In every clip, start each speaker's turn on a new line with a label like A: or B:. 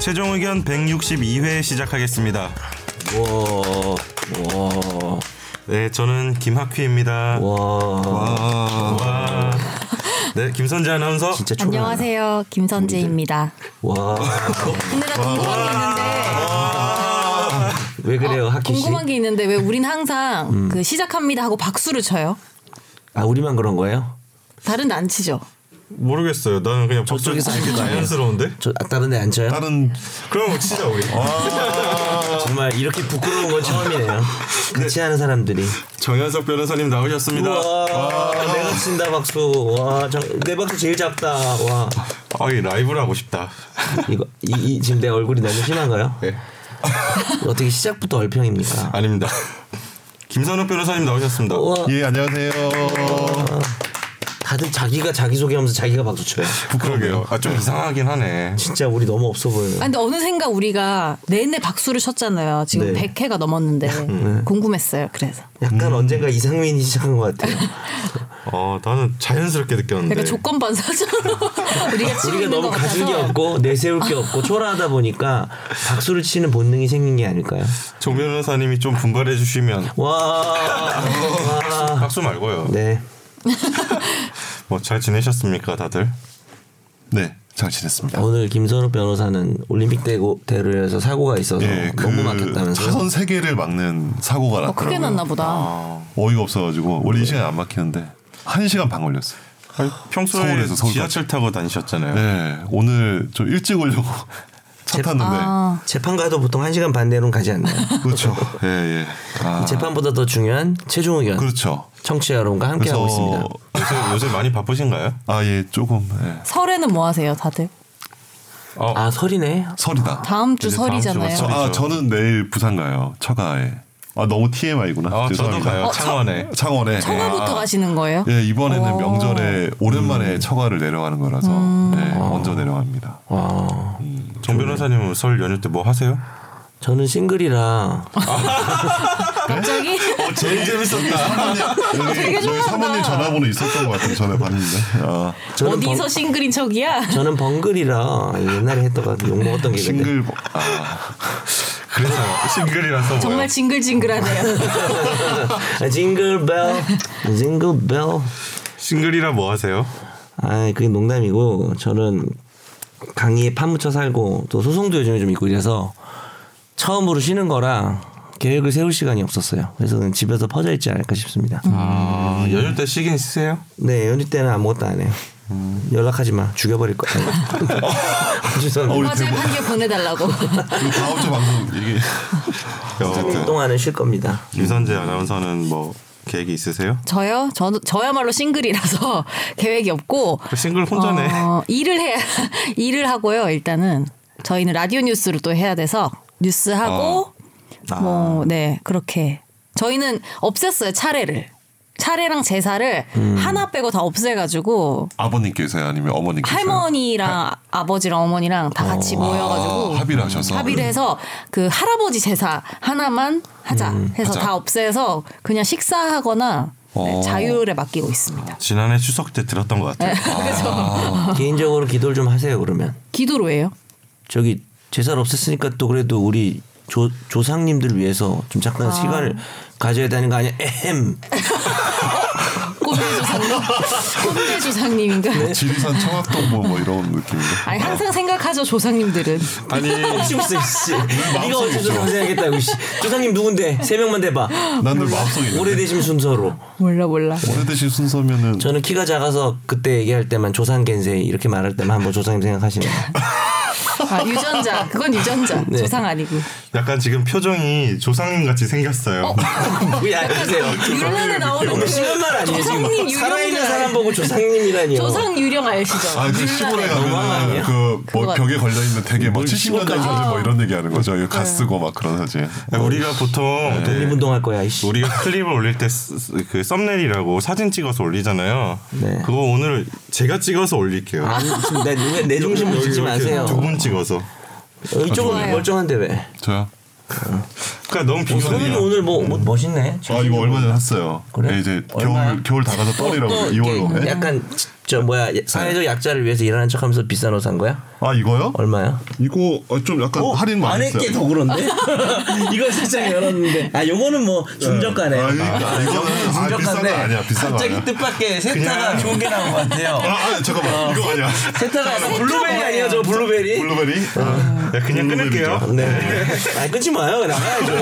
A: 최종 의견 162회 시작하겠습니다.
B: 와,
A: 네, 저는 김학휘입니다.
B: 와,
A: 와. 네, 김선재 아나운서.
B: 진짜 초라.
C: 안녕하세요. 김선재입니다.
B: 와,
C: 근데 나 궁금한 게 아, 있는데.
B: 왜 그래요, 하키 씨?
C: 어, 궁금한 게 있는데 왜 우린 항상 그 시작합니다 하고 박수를 쳐요?
B: 아, 우리만 그런 거예요?
C: 다른 데안 치죠.
A: 모르겠어요. 나는 그냥 갑자기
B: 저쪽에서
A: 이렇게
B: 하는 거 아니에요?
A: 자연스러운데.
B: 저 아, 다른 데 앉혀요?
D: 다른 아.
A: 그럼 치자 우리.
B: 정말 이렇게 부끄러운 건 처음이에요. 같이 하는 사람들이.
A: 정현석 변호사님 나오셨습니다.
B: 와, 내가 친다 박수. 와, 저, 내 박수 제일 작다. 와,
A: 아이 라이브를 하고 싶다.
B: 이거 이, 이- 지금 내 얼굴이 너무 심한가요?
A: 네.
B: 어떻게 시작부터 얼평입니까?
A: 아닙니다. 김선욱 변호사님 나오셨습니다.
B: 와,
D: 예 안녕하세요.
B: 다들 자기가 자기 소개하면서 자기가 박수 쳐요.
A: 그러게요. 아
D: 네.
A: 좀 이상하긴 하네.
B: 진짜 우리 너무 없어
C: 아,
B: 보여요.
C: 근데 어느샌가 우리가 내내 박수를 쳤잖아요. 지금
B: 네.
C: 100회가 넘었는데 네. 궁금했어요. 그래서.
B: 약간 언젠가 이상민이 시작한 것 같아요.
A: 어 나는 자연스럽게 느꼈는데.
C: 약간 그러니까 조건반사처럼 우리가 치고
B: 우리가
C: 있는
B: 너무
C: 것
B: 가질 게
C: 같아서.
B: 없고 내세울 게 없고 초라하다 보니까 박수를 치는 본능이 생긴 게 아닐까요?
A: 조 변호사님이 좀 분발해 주시면
B: 와, 와.
A: 박수 말고요.
B: 네.
A: 뭐 잘 지내셨습니까, 다들?
D: 네잘 지냈습니다.
B: 오늘 김선욱 변호사는 올림픽 대고 대로에서 사고가 있어서 너무 막혔다면서요?
D: 예, 네, 그 차선 세 개를 막는 사고가
C: 어, 크게
D: 났더라고요.
C: 났나 보다.
D: 어이가 없어가지고 원래 이 시간 안 막히는데 한 시간 반 걸렸어요.
A: 평소에
D: 서울에서 서울까지.
A: 지하철 타고 다니셨잖아요.
D: 네 오늘 좀 일찍 오려고 차
B: 제-
D: 탔는데
C: 아,
B: 재판가도 보통 1시간 반 내로는 가지 않나요?
D: 그렇죠. 아,
A: 예, 예.
B: 이 재판보다 더 중요한 최종 의견
D: 그렇죠.
B: 청취자 여러분과 함께하고
D: 그래서-
B: 있습니다.
A: 요새, 요새 많이 바쁘신가요?
D: 아예 조금 예.
C: 설에는 뭐 하세요, 다들?
A: 어,
B: 아 설이네.
D: 설이다.
C: 다음 주
A: 이제 다음
C: 설이잖아요.
A: 주가
D: 저, 아
A: 그렇죠.
D: 저는 내일 부산 가요. 처가에. 아 너무 TMI구나.
A: 아, 저도 가요. 창원에.
C: 어,
D: 창원에.
C: 청아부터 가시는 거예요?
D: 예, 이번에는
C: 오.
D: 명절에 오랜만에 처가를 내려가는 거라서 예, 먼저 내려갑니다.
B: 와,
A: 정 변호사님은 설 연휴 때 뭐 하세요?
B: 저는 싱글이라
C: 갑자기?
A: 어,
D: 네.
A: 제일 재밌었다.
D: 여기, 여기 사모님 전화번호 있었던 것 같은데 전화 봤는데. 아,
B: 저는
C: 어디서 싱글인 척이야?
B: 번, 저는 번글이라 옛날에 했던 거욕 먹었던 게 있는데
D: 싱글 버- 아,
A: 그래서 싱글이라서 뭐요?
C: 정말 징글징글하네요.
B: 아, 징글벨 징글벨
A: 싱글이라 뭐 하세요?
B: 아 그게 농담이고 저는 강의에 파묻혀 살고 또 소송도 요즘에 좀 있고 이래서 처음으로 쉬는 거라 계획을 세울 시간이 없었어요. 그래서 그냥 집에서 퍼져 있지 않을까 싶습니다.
A: 아, 연휴 때 쉬긴 쉬세요?
B: 네 연휴 때는 아무것도 안 해요. 연락하지 마 죽여버릴 거야. 죄송합니다.
C: 화제 한개 보내달라고.
D: 우리 다음 주 방송 이게 어,
B: 일
A: 어쨌든
B: 동안은 쉴 겁니다.
A: 유선재 아나운서는 뭐 계획이 있으세요?
C: 저요? 저, 저야말로 싱글이라서 계획이 없고.
A: 그 싱글 혼자네.
C: 어, 일을 해 일을 하고요. 일단은 저희는 라디오 뉴스를 또 해야 돼서 뉴스
A: 어.
C: 하고
A: 아.
C: 뭐 네 그렇게 저희는 없앴어요 차례를 차례랑 제사를
A: 음.
C: 하나 빼고 다 없애가지고
D: 아버님께서요 아니면 어머님께서
C: 할머니랑 아버지랑 어머니랑 다 같이 모여가지고 음,
D: 아, 합의를 하셔서
C: 합의를 해서 그 할아버지 제사 하나만 하자
B: 음,
C: 해서
D: 하자.
C: 다 없애서 그냥 식사하거나 네,
D: 어.
C: 자율에 맡기고 있습니다.
A: 지난해 추석 때 들었던 것 같아요.
C: 네.
B: 개인적으로 기도를 좀 하세요 그러면.
C: 기도로 해요.
B: 저기 제사를 없앴으니까 또 그래도 우리 조, 조상님들 위해서 좀 잠깐
C: 아.
B: 시간을 가져야 되는 거 아니야? 에헴.
C: 꼰대 조상님, 꼰대 조상님인가?
B: 네.
D: 지리산 청학동 뭐, 뭐 이런 느낌인데.
C: 아니 항상 생각하죠 조상님들은
A: 아니,
B: 없이 씨. 네가 어째
D: 있죠.
B: 조상생각했다고 씨. 조상님 누군데? 세 명만 대봐.
D: 난늘 마음속에 있는데.
B: 오래되심 순서로.
C: 몰라 몰라.
D: 오래되신 순서면은
B: 저는 키가 작아서 그때 얘기할 때만 조상 겐세 이렇게 말할 때만 한번 조상님 생각하시는 거.
C: 아, 유전자 그건 유전자
B: 네.
C: 조상 아니고
A: 약간 지금 표정이 조상님 같이 생겼어요.
B: 야, 그러세요.
C: 율란에 나오는
B: 너무
C: 그
B: 심한 말 아니에요
C: 조상님
B: 지금.
C: 유령
B: 살아있는
C: 줄
B: 사람
C: 알-
B: 보고 조상님이라니요.
C: 조상 유령 아시죠?
D: 아, 그 시골에 가면은 그뭐
C: 그거
D: 벽에 걸려 있는 되게 막
B: 뭘
D: 70년 전
B: 시골까지.
D: 사진 뭐 이런 얘기 하는 거죠. 이거 가 쓰고 막 그런 사진.
C: 어?
A: 야, 우리가 보통 네,
B: 독립운동할 거야 이씨.
A: 우리가 클립을 올릴 때 그 썸네일이라고 사진 찍어서 올리잖아요.
B: 네.
A: 그거 오늘 제가 찍어서 올릴게요.
B: 아니 지금 내, 눈에- 내 중심을 짓지 마세요.
A: 두분 찍어서.
B: 어, 이쪽은
C: 좋아요.
B: 멀쩡한데 왜?
D: 저요.
A: 그러니까 너무
B: 저는
A: 비교해요.
B: 오늘 뭐, 뭐 멋있네.
D: 아 이거 얼마 전에 샀어요.
B: 뭐. 그래?
D: 예, 이제
B: 얼마야?
D: 겨울 겨울 다 가서 떨이라고
B: 또
D: 2월로. 네?
B: 약간 저 뭐야 사회적 약자를 위해서 일하는 척하면서 비싼 옷 산 거야?
D: 아 이거요?
B: 얼마야?
D: 이거 어, 좀 약간 할인 많이
B: 어.
D: 했어요.
B: 안했게더 그런데 이거 살짝 열었는데 아 요거는 뭐 중저가네.
D: 아, 그러니까 이거는 아, 비싼 거 아니야. 비싼 거
B: 갑자기
D: 아니야.
B: 뜻밖의 세타가 좋은 게 나온 것
D: 아,
B: 같아요.
D: 아
B: 어.
D: 잠깐만 이거 아니야.
B: 세타가 아니라 블루베리 아니야 저 블루베리?
D: 블루베리. 아,
A: 야, 그냥 끊을게요.
B: 네. 아 끊지 마요 나가야죠.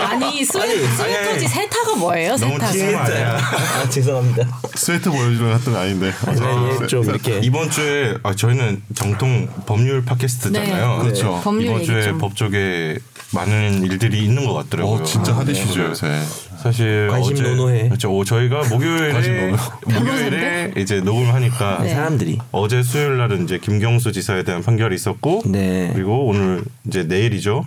C: 아니 스웨,
B: 아니,
C: 터지 세타가 뭐예요?
A: 너무
C: 세타가
A: TMI 야.
B: 아 죄송합니다.
D: 스웨터 보여주려 했던 거 아닌데.
B: 네, 예, 좀 이렇게
A: 이번 주에 아, 저희는 정통 법률 팟캐스트잖아요.
C: 네.
D: 그렇죠.
C: 법률
A: 이번
C: 얘기
A: 주에
C: 좀.
A: 법조계 많은 일들이 있는 것 같더라고요.
D: 어 진짜 핫이시죠 요새. 네.
A: 사실
B: 관심
A: 어제-
B: 노노해.
A: 그렇죠. 어, 저희가
D: 관심
A: 목요일에
D: 노노.
A: 목요일에 이제 녹음하니까
C: 네.
B: 사람들이
A: 어제 수요일 날은 이제 김경수 지사에 대한 판결이 있었고
B: 네.
A: 그리고 오늘 이제 내일이죠.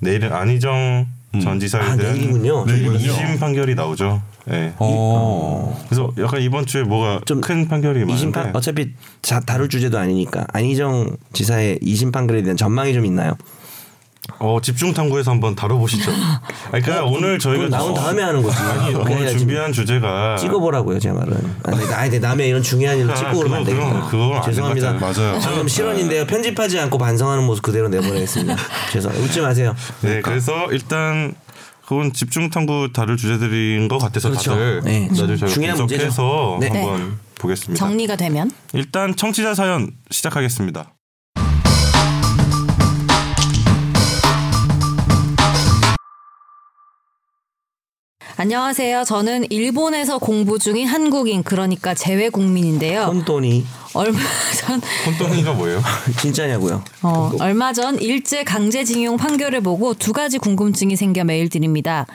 A: 내일은 안희정 전 지사에
B: 아,
A: 대한 네,
B: 내일이군요.
D: 내일이군요.
A: 이심 판결이 나오죠. 네.
B: 어.
D: 어.
A: 그래서 약간 이번 주에 뭐가
B: 좀
A: 큰 판결이
B: 이심
A: 많은데
B: 판 아. 어차피 자, 다룰 주제도 아니니까 안희정 지사의 이심 판결에 대한 전망이 좀 있나요?
A: 어, 집중 탐구에서 한번 다뤄보시죠. 아니, 그러니까 오늘 저희가
B: 어, 그건 나온 다음에 하는 거지.
A: 아니,
B: 그래야
A: 오늘
B: 지금
A: 준비한 주제가
B: 찍어보라고요 제 말은. 아니, 나- 아니 남의 이런 중요한 일을
A: 아,
B: 찍고 그러면 안
A: 그건-
B: 되겠다.
A: 그건- 그건 안
B: 죄송합니다.
A: 될것
D: 같아요. 맞아요.
B: 방금 실언인데요. 편집하지 않고 반성하는 모습 그대로 내보내겠습니다. 죄송. 웃지 마세요.
A: 네, 그래서 일단 그건 집중 탐구 다룰 주제들인 것 같아서
B: 그렇죠.
A: 다들
B: 네,
A: 다들 저희가
B: 중요한
A: 분석해서
B: 문제죠. 네.
A: 한번 보겠습니다.
C: 정리가 되면
A: 일단 청취자 사연 시작하겠습니다.
C: 안녕하세요. 저는 일본에서 공부 중인 한국인 그러니까 재외 국민인데요.
B: 혼돈이
C: 얼마 전
A: 혼돈이가 뭐예요?
B: 진짜냐고요?
C: 어, 얼마 전 일제 강제징용 판결을 보고 두 가지 궁금증이 생겨 메일 드립니다.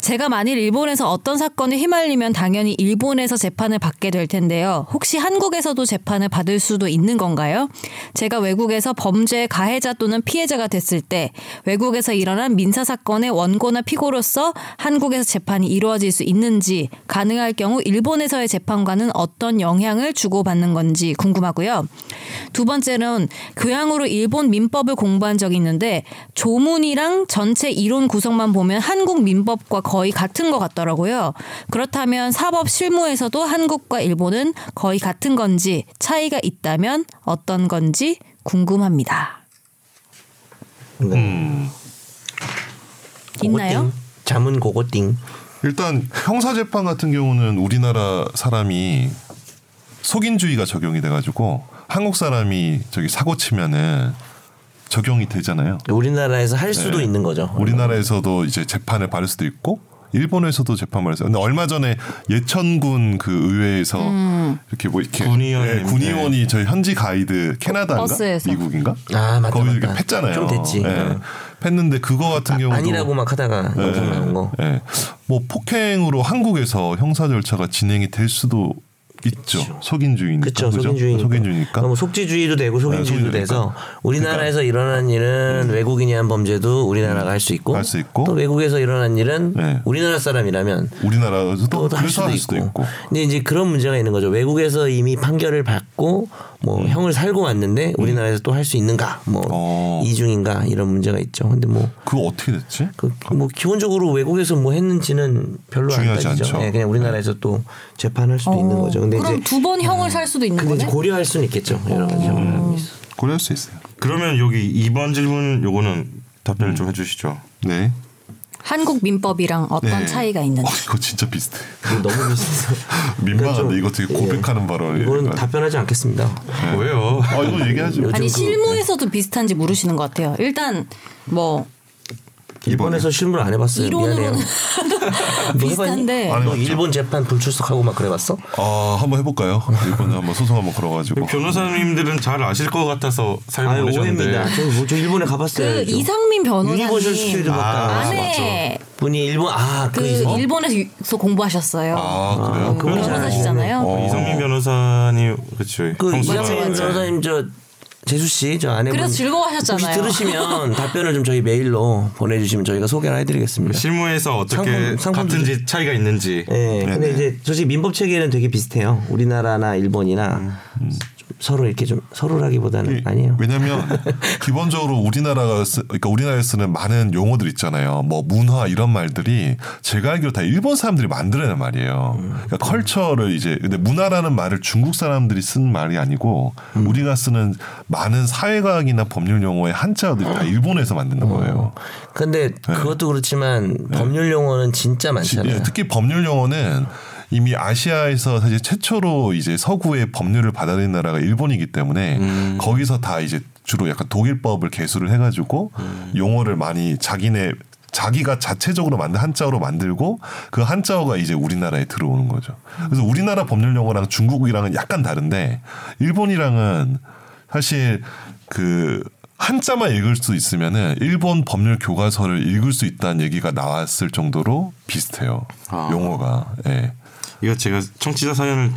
C: 제가 만일 일본에서 어떤 사건에 휘말리면 당연히 일본에서 재판을 받게 될 텐데요. 혹시 한국에서도 재판을 받을 수도 있는 건가요? 제가 외국에서 범죄의 가해자 또는 피해자가 됐을 때 외국에서 일어난 민사 사건의 원고나 피고로서 한국에서 재판이 이루어질 수 있는지 가능할 경우 일본에서의 재판과는 어떤 영향을 주고받는 건지 궁금하고요. 두 번째는 교양으로 일본 민법을 공부한 적이 있는데 조문이랑 전체 이론 구성만 보면 한국 민법과 거의 같은 것 같더라고요. 그렇다면 사법 실무에서도 한국과 일본은 거의 같은 건지 차이가 있다면 어떤 건지 궁금합니다.
B: 네.
C: 음. 있나요?
B: 고고띵. 자문 고고띵.
D: 일단 형사 재판 같은 경우는 우리나라 사람이 속인주의가 적용이 돼가지고 한국 사람이 저기 사고 치면은 적용이 되잖아요.
B: 우리나라에서 할 수도
D: 네.
B: 있는 거죠.
D: 우리나라에서도 이제 재판을 받을 수도 있고 일본에서도 재판을 했어요. 근데 얼마 전에 예천군 그 의회에서
C: 음.
D: 이렇게 뭐 이렇게
A: 군의원.
D: 예, 군의원이 저희 현지 가이드 캐나다인가
C: 버스에서.
D: 미국인가
B: 네. 아, 맞다,
D: 거기 이렇게
B: 맞다.
D: 팼잖아요. 네.
B: 좀 됐지. 응.
D: 팼는데 그거 같은 경우도
B: 아니라고 막 하다가
A: 네.
B: 영상 나온 거.
D: 예. 뭐 폭행으로 한국에서 형사 절차가 진행이 될 수도 있죠. 속인주의니까.
B: 그렇죠.
D: 그죠?
B: 속인주의니까.
D: 속인주의니까.
B: 뭐 속지주의도 되고 속인주의도
D: 네,
B: 돼서
D: 속인주의니까. 음.
B: 우리나라에서 일어난 일은 외국인이 한 범죄도 우리나라가 할 수 있고,
D: 할수 있고.
B: 또 외국에서 일어난 일은
D: 네.
B: 우리나라 사람이라면
D: 우리나라에서도
B: 또할
D: 그래서
B: 수도
D: 할
B: 있고.
D: 수도 있고.
B: 근데 이제 그런 문제가 있는 거죠. 외국에서 이미 판결을 받고 뭐 형을 살고 왔는데 우리나라에서 또 할 수 있는가? 뭐
D: 음. 어.
B: 이중인가 이런 문제가 있죠. 근데 뭐
D: 그거 어떻게 됐지?
B: 그, 뭐 기본적으로 외국에서 뭐 했는지는 별로 안
D: 중요하지
B: 따지죠.
D: 않죠. 네.
B: 예, 그냥 우리나라에서 또 재판할 수도 있는 거죠. 근데
C: 어, 그럼
B: 이제
C: 두 번 형을 살 수도 있는
B: 근데 이제
C: 거네. 어. 음.
B: 고려할 수는 있겠죠. 여러 가지 경험이 있어.
D: 고려할 수 있어요.
A: 그러면 여기 2번 질문 요거는 답변을 좀 해주시죠.
D: 네.
C: 한국 민법이랑 어떤
D: 네.
C: 차이가
D: 어,
C: 있는지.
D: 이거 진짜 비슷해.
B: 너무 비슷해서
D: 민망한데
B: 좀-
D: 이거 되게 고백하는 발언이.
B: 이거는 답변하지 않겠습니다.
A: 네. 왜요?
D: 아 이거 얘기하지. 뭐.
C: 아니
B: 요즘 그-
C: 실무에서도 비슷한지 모르시는 것 같아요. 일단 뭐
B: 일본에서 실무를 안 해봤어요. 네, 미안해요.
C: 이론으로는
B: 뭐
C: 비슷한데
B: 해봤니? 너
D: 아니,
B: 일본 재판 불출석하고 막 그래봤어?
D: 아 한번 해볼까요? 일본에 한번 소송 한번 걸어가지고.
A: 변호사님들은 잘 아실 것 같아서 사연
B: 아유
A: 보내셨는데
B: 오해입니다. 저, 뭐- 저 일본에
C: 그
B: 가봤어요.
C: 이상민
B: 유니버셜 스튜디오
C: 변호사님
B: 아,
C: 안에
B: 분이 일본 아그
C: 그
B: 이성-
C: 일본에서 공부하셨어요.
D: 아 그래요?
B: 그분 잘
C: 변호사시잖아요.
D: 아시네. 어.
A: 이성민 변호사님 그렇죠.
B: 그
A: 형수가 네.
B: 이상민 변호사님 저 재수 씨 저 아내분
C: 그래서 즐거워하셨잖아요.
B: 혹시 들으시면 답변을 좀 저희 메일로 보내주시면 저희가 소개를 해드리겠습니다.
A: 네. 실무에서 어떻게
B: 상품- 네. 상품
A: 같은지 차이가 있는지
B: 예. 근데 이제 솔직히 민법 체계는 되게 비슷해요. 우리나라나 일본이나 좀 서로 이렇게 좀 서로라기보다는 아니에요.
D: 왜냐하면 기본적으로 우리나라가 쓰, 그러니까 우리나라에 쓰는 많은 용어들 있잖아요. 뭐 문화 이런 말들이 제가 알기로 다 일본 사람들이 만들어낸 말이에요. 그러니까 컬처를 이제 근데 문화라는 말을 중국 사람들이 쓴 말이 아니고 우리가 쓰는 많은 사회과학이나 법률 용어의 한자어들이 다 일본에서 만든 거예요.
B: 근데 그것도 그렇지만 법률 용어는 네. 진짜
D: 지-
B: 많잖아요.
D: 예, 특히 법률 용어는 이미 아시아에서 사실 최초로 이제 서구의 법률을 받아들인 나라가 일본이기 때문에 거기서 다 이제 주로 약간 독일법을 개수를 해가지고 용어를 많이 자기네 자기가 자체적으로 만든 한자어로 만들고 그 한자어가 이제 우리나라에 들어오는 거죠. 그래서 우리나라 법률 용어랑 중국이랑은 약간 다른데 일본이랑은 사실 그 한자만 읽을 수 있으면은 일본 법률 교과서를 읽을 수 있다는 얘기가 나왔을 정도로 비슷해요.
A: 아.
D: 용어가. 예.
A: 이거 제가 청취자 사연을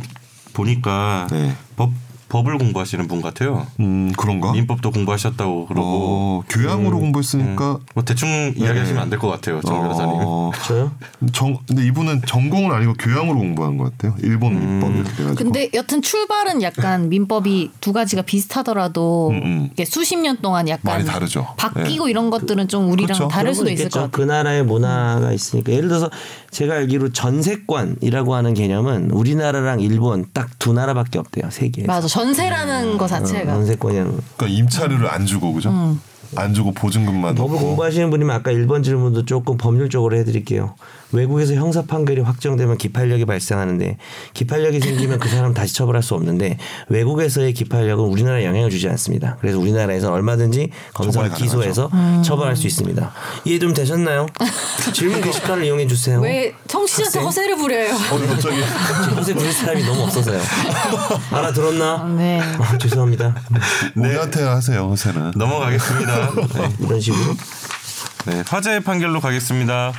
A: 보니까
D: 네.
A: 법 법을 공부하시는 분 같아요.
D: 음 그런가?
A: 민법도 공부하셨다고 그러고
D: 어, 교양으로 공부했으니까
A: 뭐 대충 이야기하시면 안 될 것 같아요, 정 변호사님.
D: 어,
B: 저요?
D: 정 근데 이분은 전공은 아니고 교양으로 공부한 것 같아요. 일본
A: 음.
D: 민법을 그래가지고.
C: 근데 여튼 출발은 약간 민법이 두 가지가 비슷하더라도
D: 음, 음.
C: 이게 수십 년 동안 약간
D: 많이 다르죠.
C: 바뀌고 이런 것들은 좀 우리랑
D: 그렇죠.
C: 다를 수도
B: 그런 건
C: 있을 것
B: 있겠죠.
C: 같아요.
B: 그 나라의 문화가 있으니까 예를 들어서 제가 알기로 전세권이라고 하는 개념은 우리나라랑 일본 딱 두 나라밖에 없대요 세계
C: 맞아. 전세라는 거 자체가
B: 음. 전세권이라는 건.
D: 그러니까 임차료를 안 주고 그죠?
C: 음.
D: 안 주고 보증금만
B: 법을
D: 넣고.
B: 공부하시는 분이면 아까 1번 질문도 조금 법률적으로 해드릴게요. 외국에서 형사 판결이 확정되면 기판력이 발생하는데 기판력이 생기면 그 사람 다시 처벌할 수 없는데 외국에서의 기판력은 우리나라에 영향을 주지 않습니다. 그래서 우리나라에서는 얼마든지 검사가
D: 처벌이
B: 기소해서 처벌할 수 있습니다. 이해 좀 되셨나요? 질문 게시판을 이용해 주세요.
C: 왜 청취자한테 허세를 부려요?
D: 어디 갑자기
B: 요새 부를 사람이 너무 없어서요. 알아들었나?
C: 네.
B: 아, 죄송합니다.
D: 내한테 하세요 허세는.
A: 넘어가겠습니다. 네.
B: 이런 식으로.
A: 네, 화제의 판결로 가겠습니다.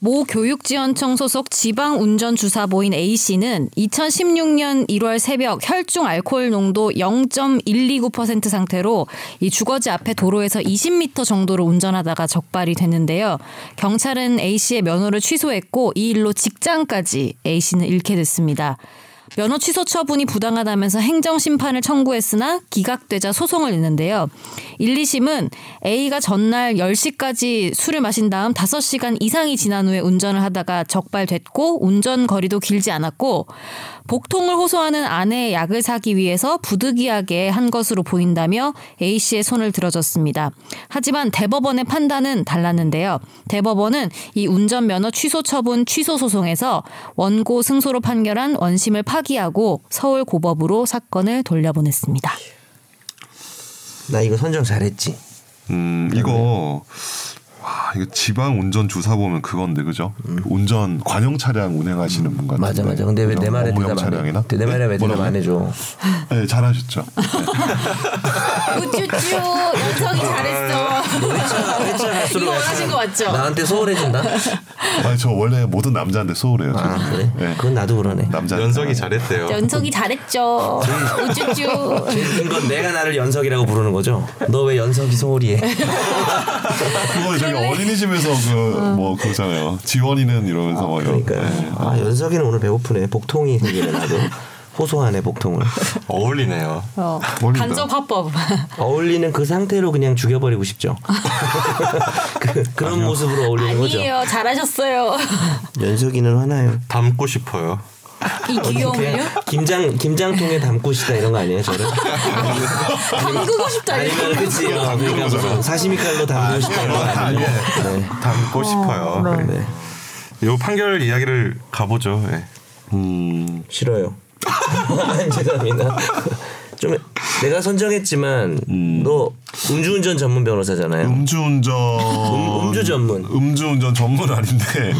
C: 모 교육지원청 소속 지방 운전 주사보인 A 씨는 2016년 1월 새벽 혈중 알코올 농도 0.129% 상태로 이 주거지 앞에 도로에서 20m 정도로 운전하다가 적발이 됐는데요. 경찰은 A 씨의 면허를 취소했고 이 일로 직장까지 A 씨는 잃게 됐습니다. 면허 취소 처분이 부당하다면서 행정 심판을 청구했으나 기각되자 소송을 냈는데요. 1, 2심은 A가 전날 10시까지 술을 마신 다음 5시간 이상이 지난 후에 운전을 하다가 적발됐고 운전 거리도 길지 않았고 복통을 호소하는 아내의 약을 사기 위해서 부득이하게 한 것으로 보인다며 A 씨의 손을 들어줬습니다. 하지만 대법원의 판단은 달랐는데요. 대법원은 이 운전면허 취소 처분 취소 소송에서 원고 승소로 판결한 원심을 파기하고 서울 고법으로 사건을 돌려보냈습니다.
B: 나 이거 선정 잘했지.
D: 음 이거 와 이거 지방 운전 주사 보면 그건데 그죠? 운전 관용 차량 운행하시는 분 같은데.
B: 음. 맞아 맞아. 근데 왜 내
D: 그죠?
B: 말에
D: 어, 업무용
B: 대답 안
D: 차량이나.
B: 해? 내 말에 왜 대답 안 해줘?
D: 네, 잘하셨죠.
C: 우쭈쭈 연성이 잘했어. 이거 원하신 거 맞죠?
B: 나한테 소홀해진다.
D: 아니 저 원래 모든 남자한테 소홀해요.
B: 아
D: 저는.
B: 그래?
D: 네.
B: 그건 나도 그러네.
D: 남자
A: 연석이 잘했대요.
C: 연성이 잘했죠. 우쭈쭈.
B: 이건 내가 나를 연석이라고 부르는 거죠. 너 왜 연석이 소홀이해?
D: 그거 저기 어린이집에서 그 뭐 그거잖아요. 지원이는 이러면서 막 이런.
B: 그러니까
D: 네.
B: 아 연석이는 오늘 배고프네. 복통이 생기네 나도. 호소하네 복통을.
A: 어울리네요.
C: 어,
D: 어울린다.
C: 간접 화법.
B: 어울리는 그 상태로 그냥 죽여버리고 싶죠. 그, 그런 모습으로 어울리는 거죠.
C: 아니에요. 잘하셨어요.
B: 연석이는 화나요.
A: 닮고 싶어요.
C: 이 귀여움을요?
B: 그냥 김장 김장통에 담고 싶다 이런 거 아니에요 저를?
C: 담그고 싶다.
B: 아니면 그치 어, 그러니까 무슨 사시미 칼로 담고 싶다 이런 거 아니고. 네.
A: 닮고 싶어요. 네.
B: 네.
A: 요 판결 이야기를 가보죠. 예.
D: 음.
B: 싫어요. 죄송합니다. 좀 내가 선정했지만 너 음주운전 전문 변호사잖아요.
D: 음. 음주운전.
B: 음, 주 전문. 네.
D: 음주운전 전문 아닌데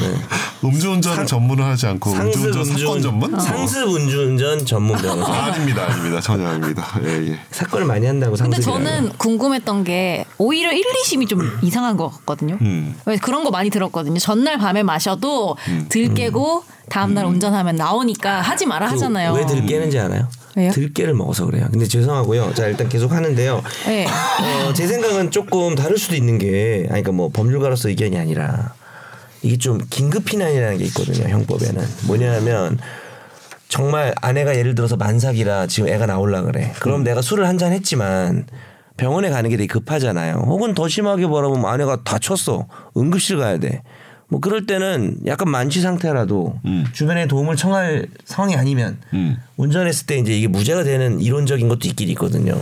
D: 음주운전을 전문을 하지 않고
B: 상습
D: 음주운전 사건
B: 음주운-
D: 전문? 어.
B: 상습 음주운전 전문
D: 아,
B: 변호사.
D: 아닙니다, 아닙니다, 전혀 아닙니다. 예, 예.
B: 사건을 많이 한다고
C: 근데
B: 상습이.
C: 저는 궁금했던 게 오히려 1, 2심이 좀 이상한 것 같거든요.
D: 음.
C: 왜 그런 거 많이 들었거든요. 전날 밤에 마셔도 들깨고 다음날 운전하면 나오니까 하지 마라 하잖아요.
B: 그 왜 들깨는지 알아요?
C: 왜요?
B: 들깨를 먹어서 그래요. 근데 죄송하고요. 자 일단 계속 하는데요.
C: 네.
B: 어, 제 생각은 조금 다를 수도 있는 게, 아니, 그러니까 뭐 법률가로서 의견이 아니라 이게 좀 긴급 피난이라는 게 있거든요 형법에는 뭐냐면 정말 아내가 예를 들어서 만삭이라 지금 애가 나올라 그래 그럼 내가 술을 한 잔 했지만 병원에 가는 게 되게 급하잖아요 혹은 더 심하게 바라보면 아내가 다쳤어 응급실 가야 돼 뭐 그럴 때는 약간 만취 상태라도 주변에 도움을 청할 상황이 아니면 운전했을 때 이제 이게 무죄가 되는 이론적인 것도 있긴 있거든요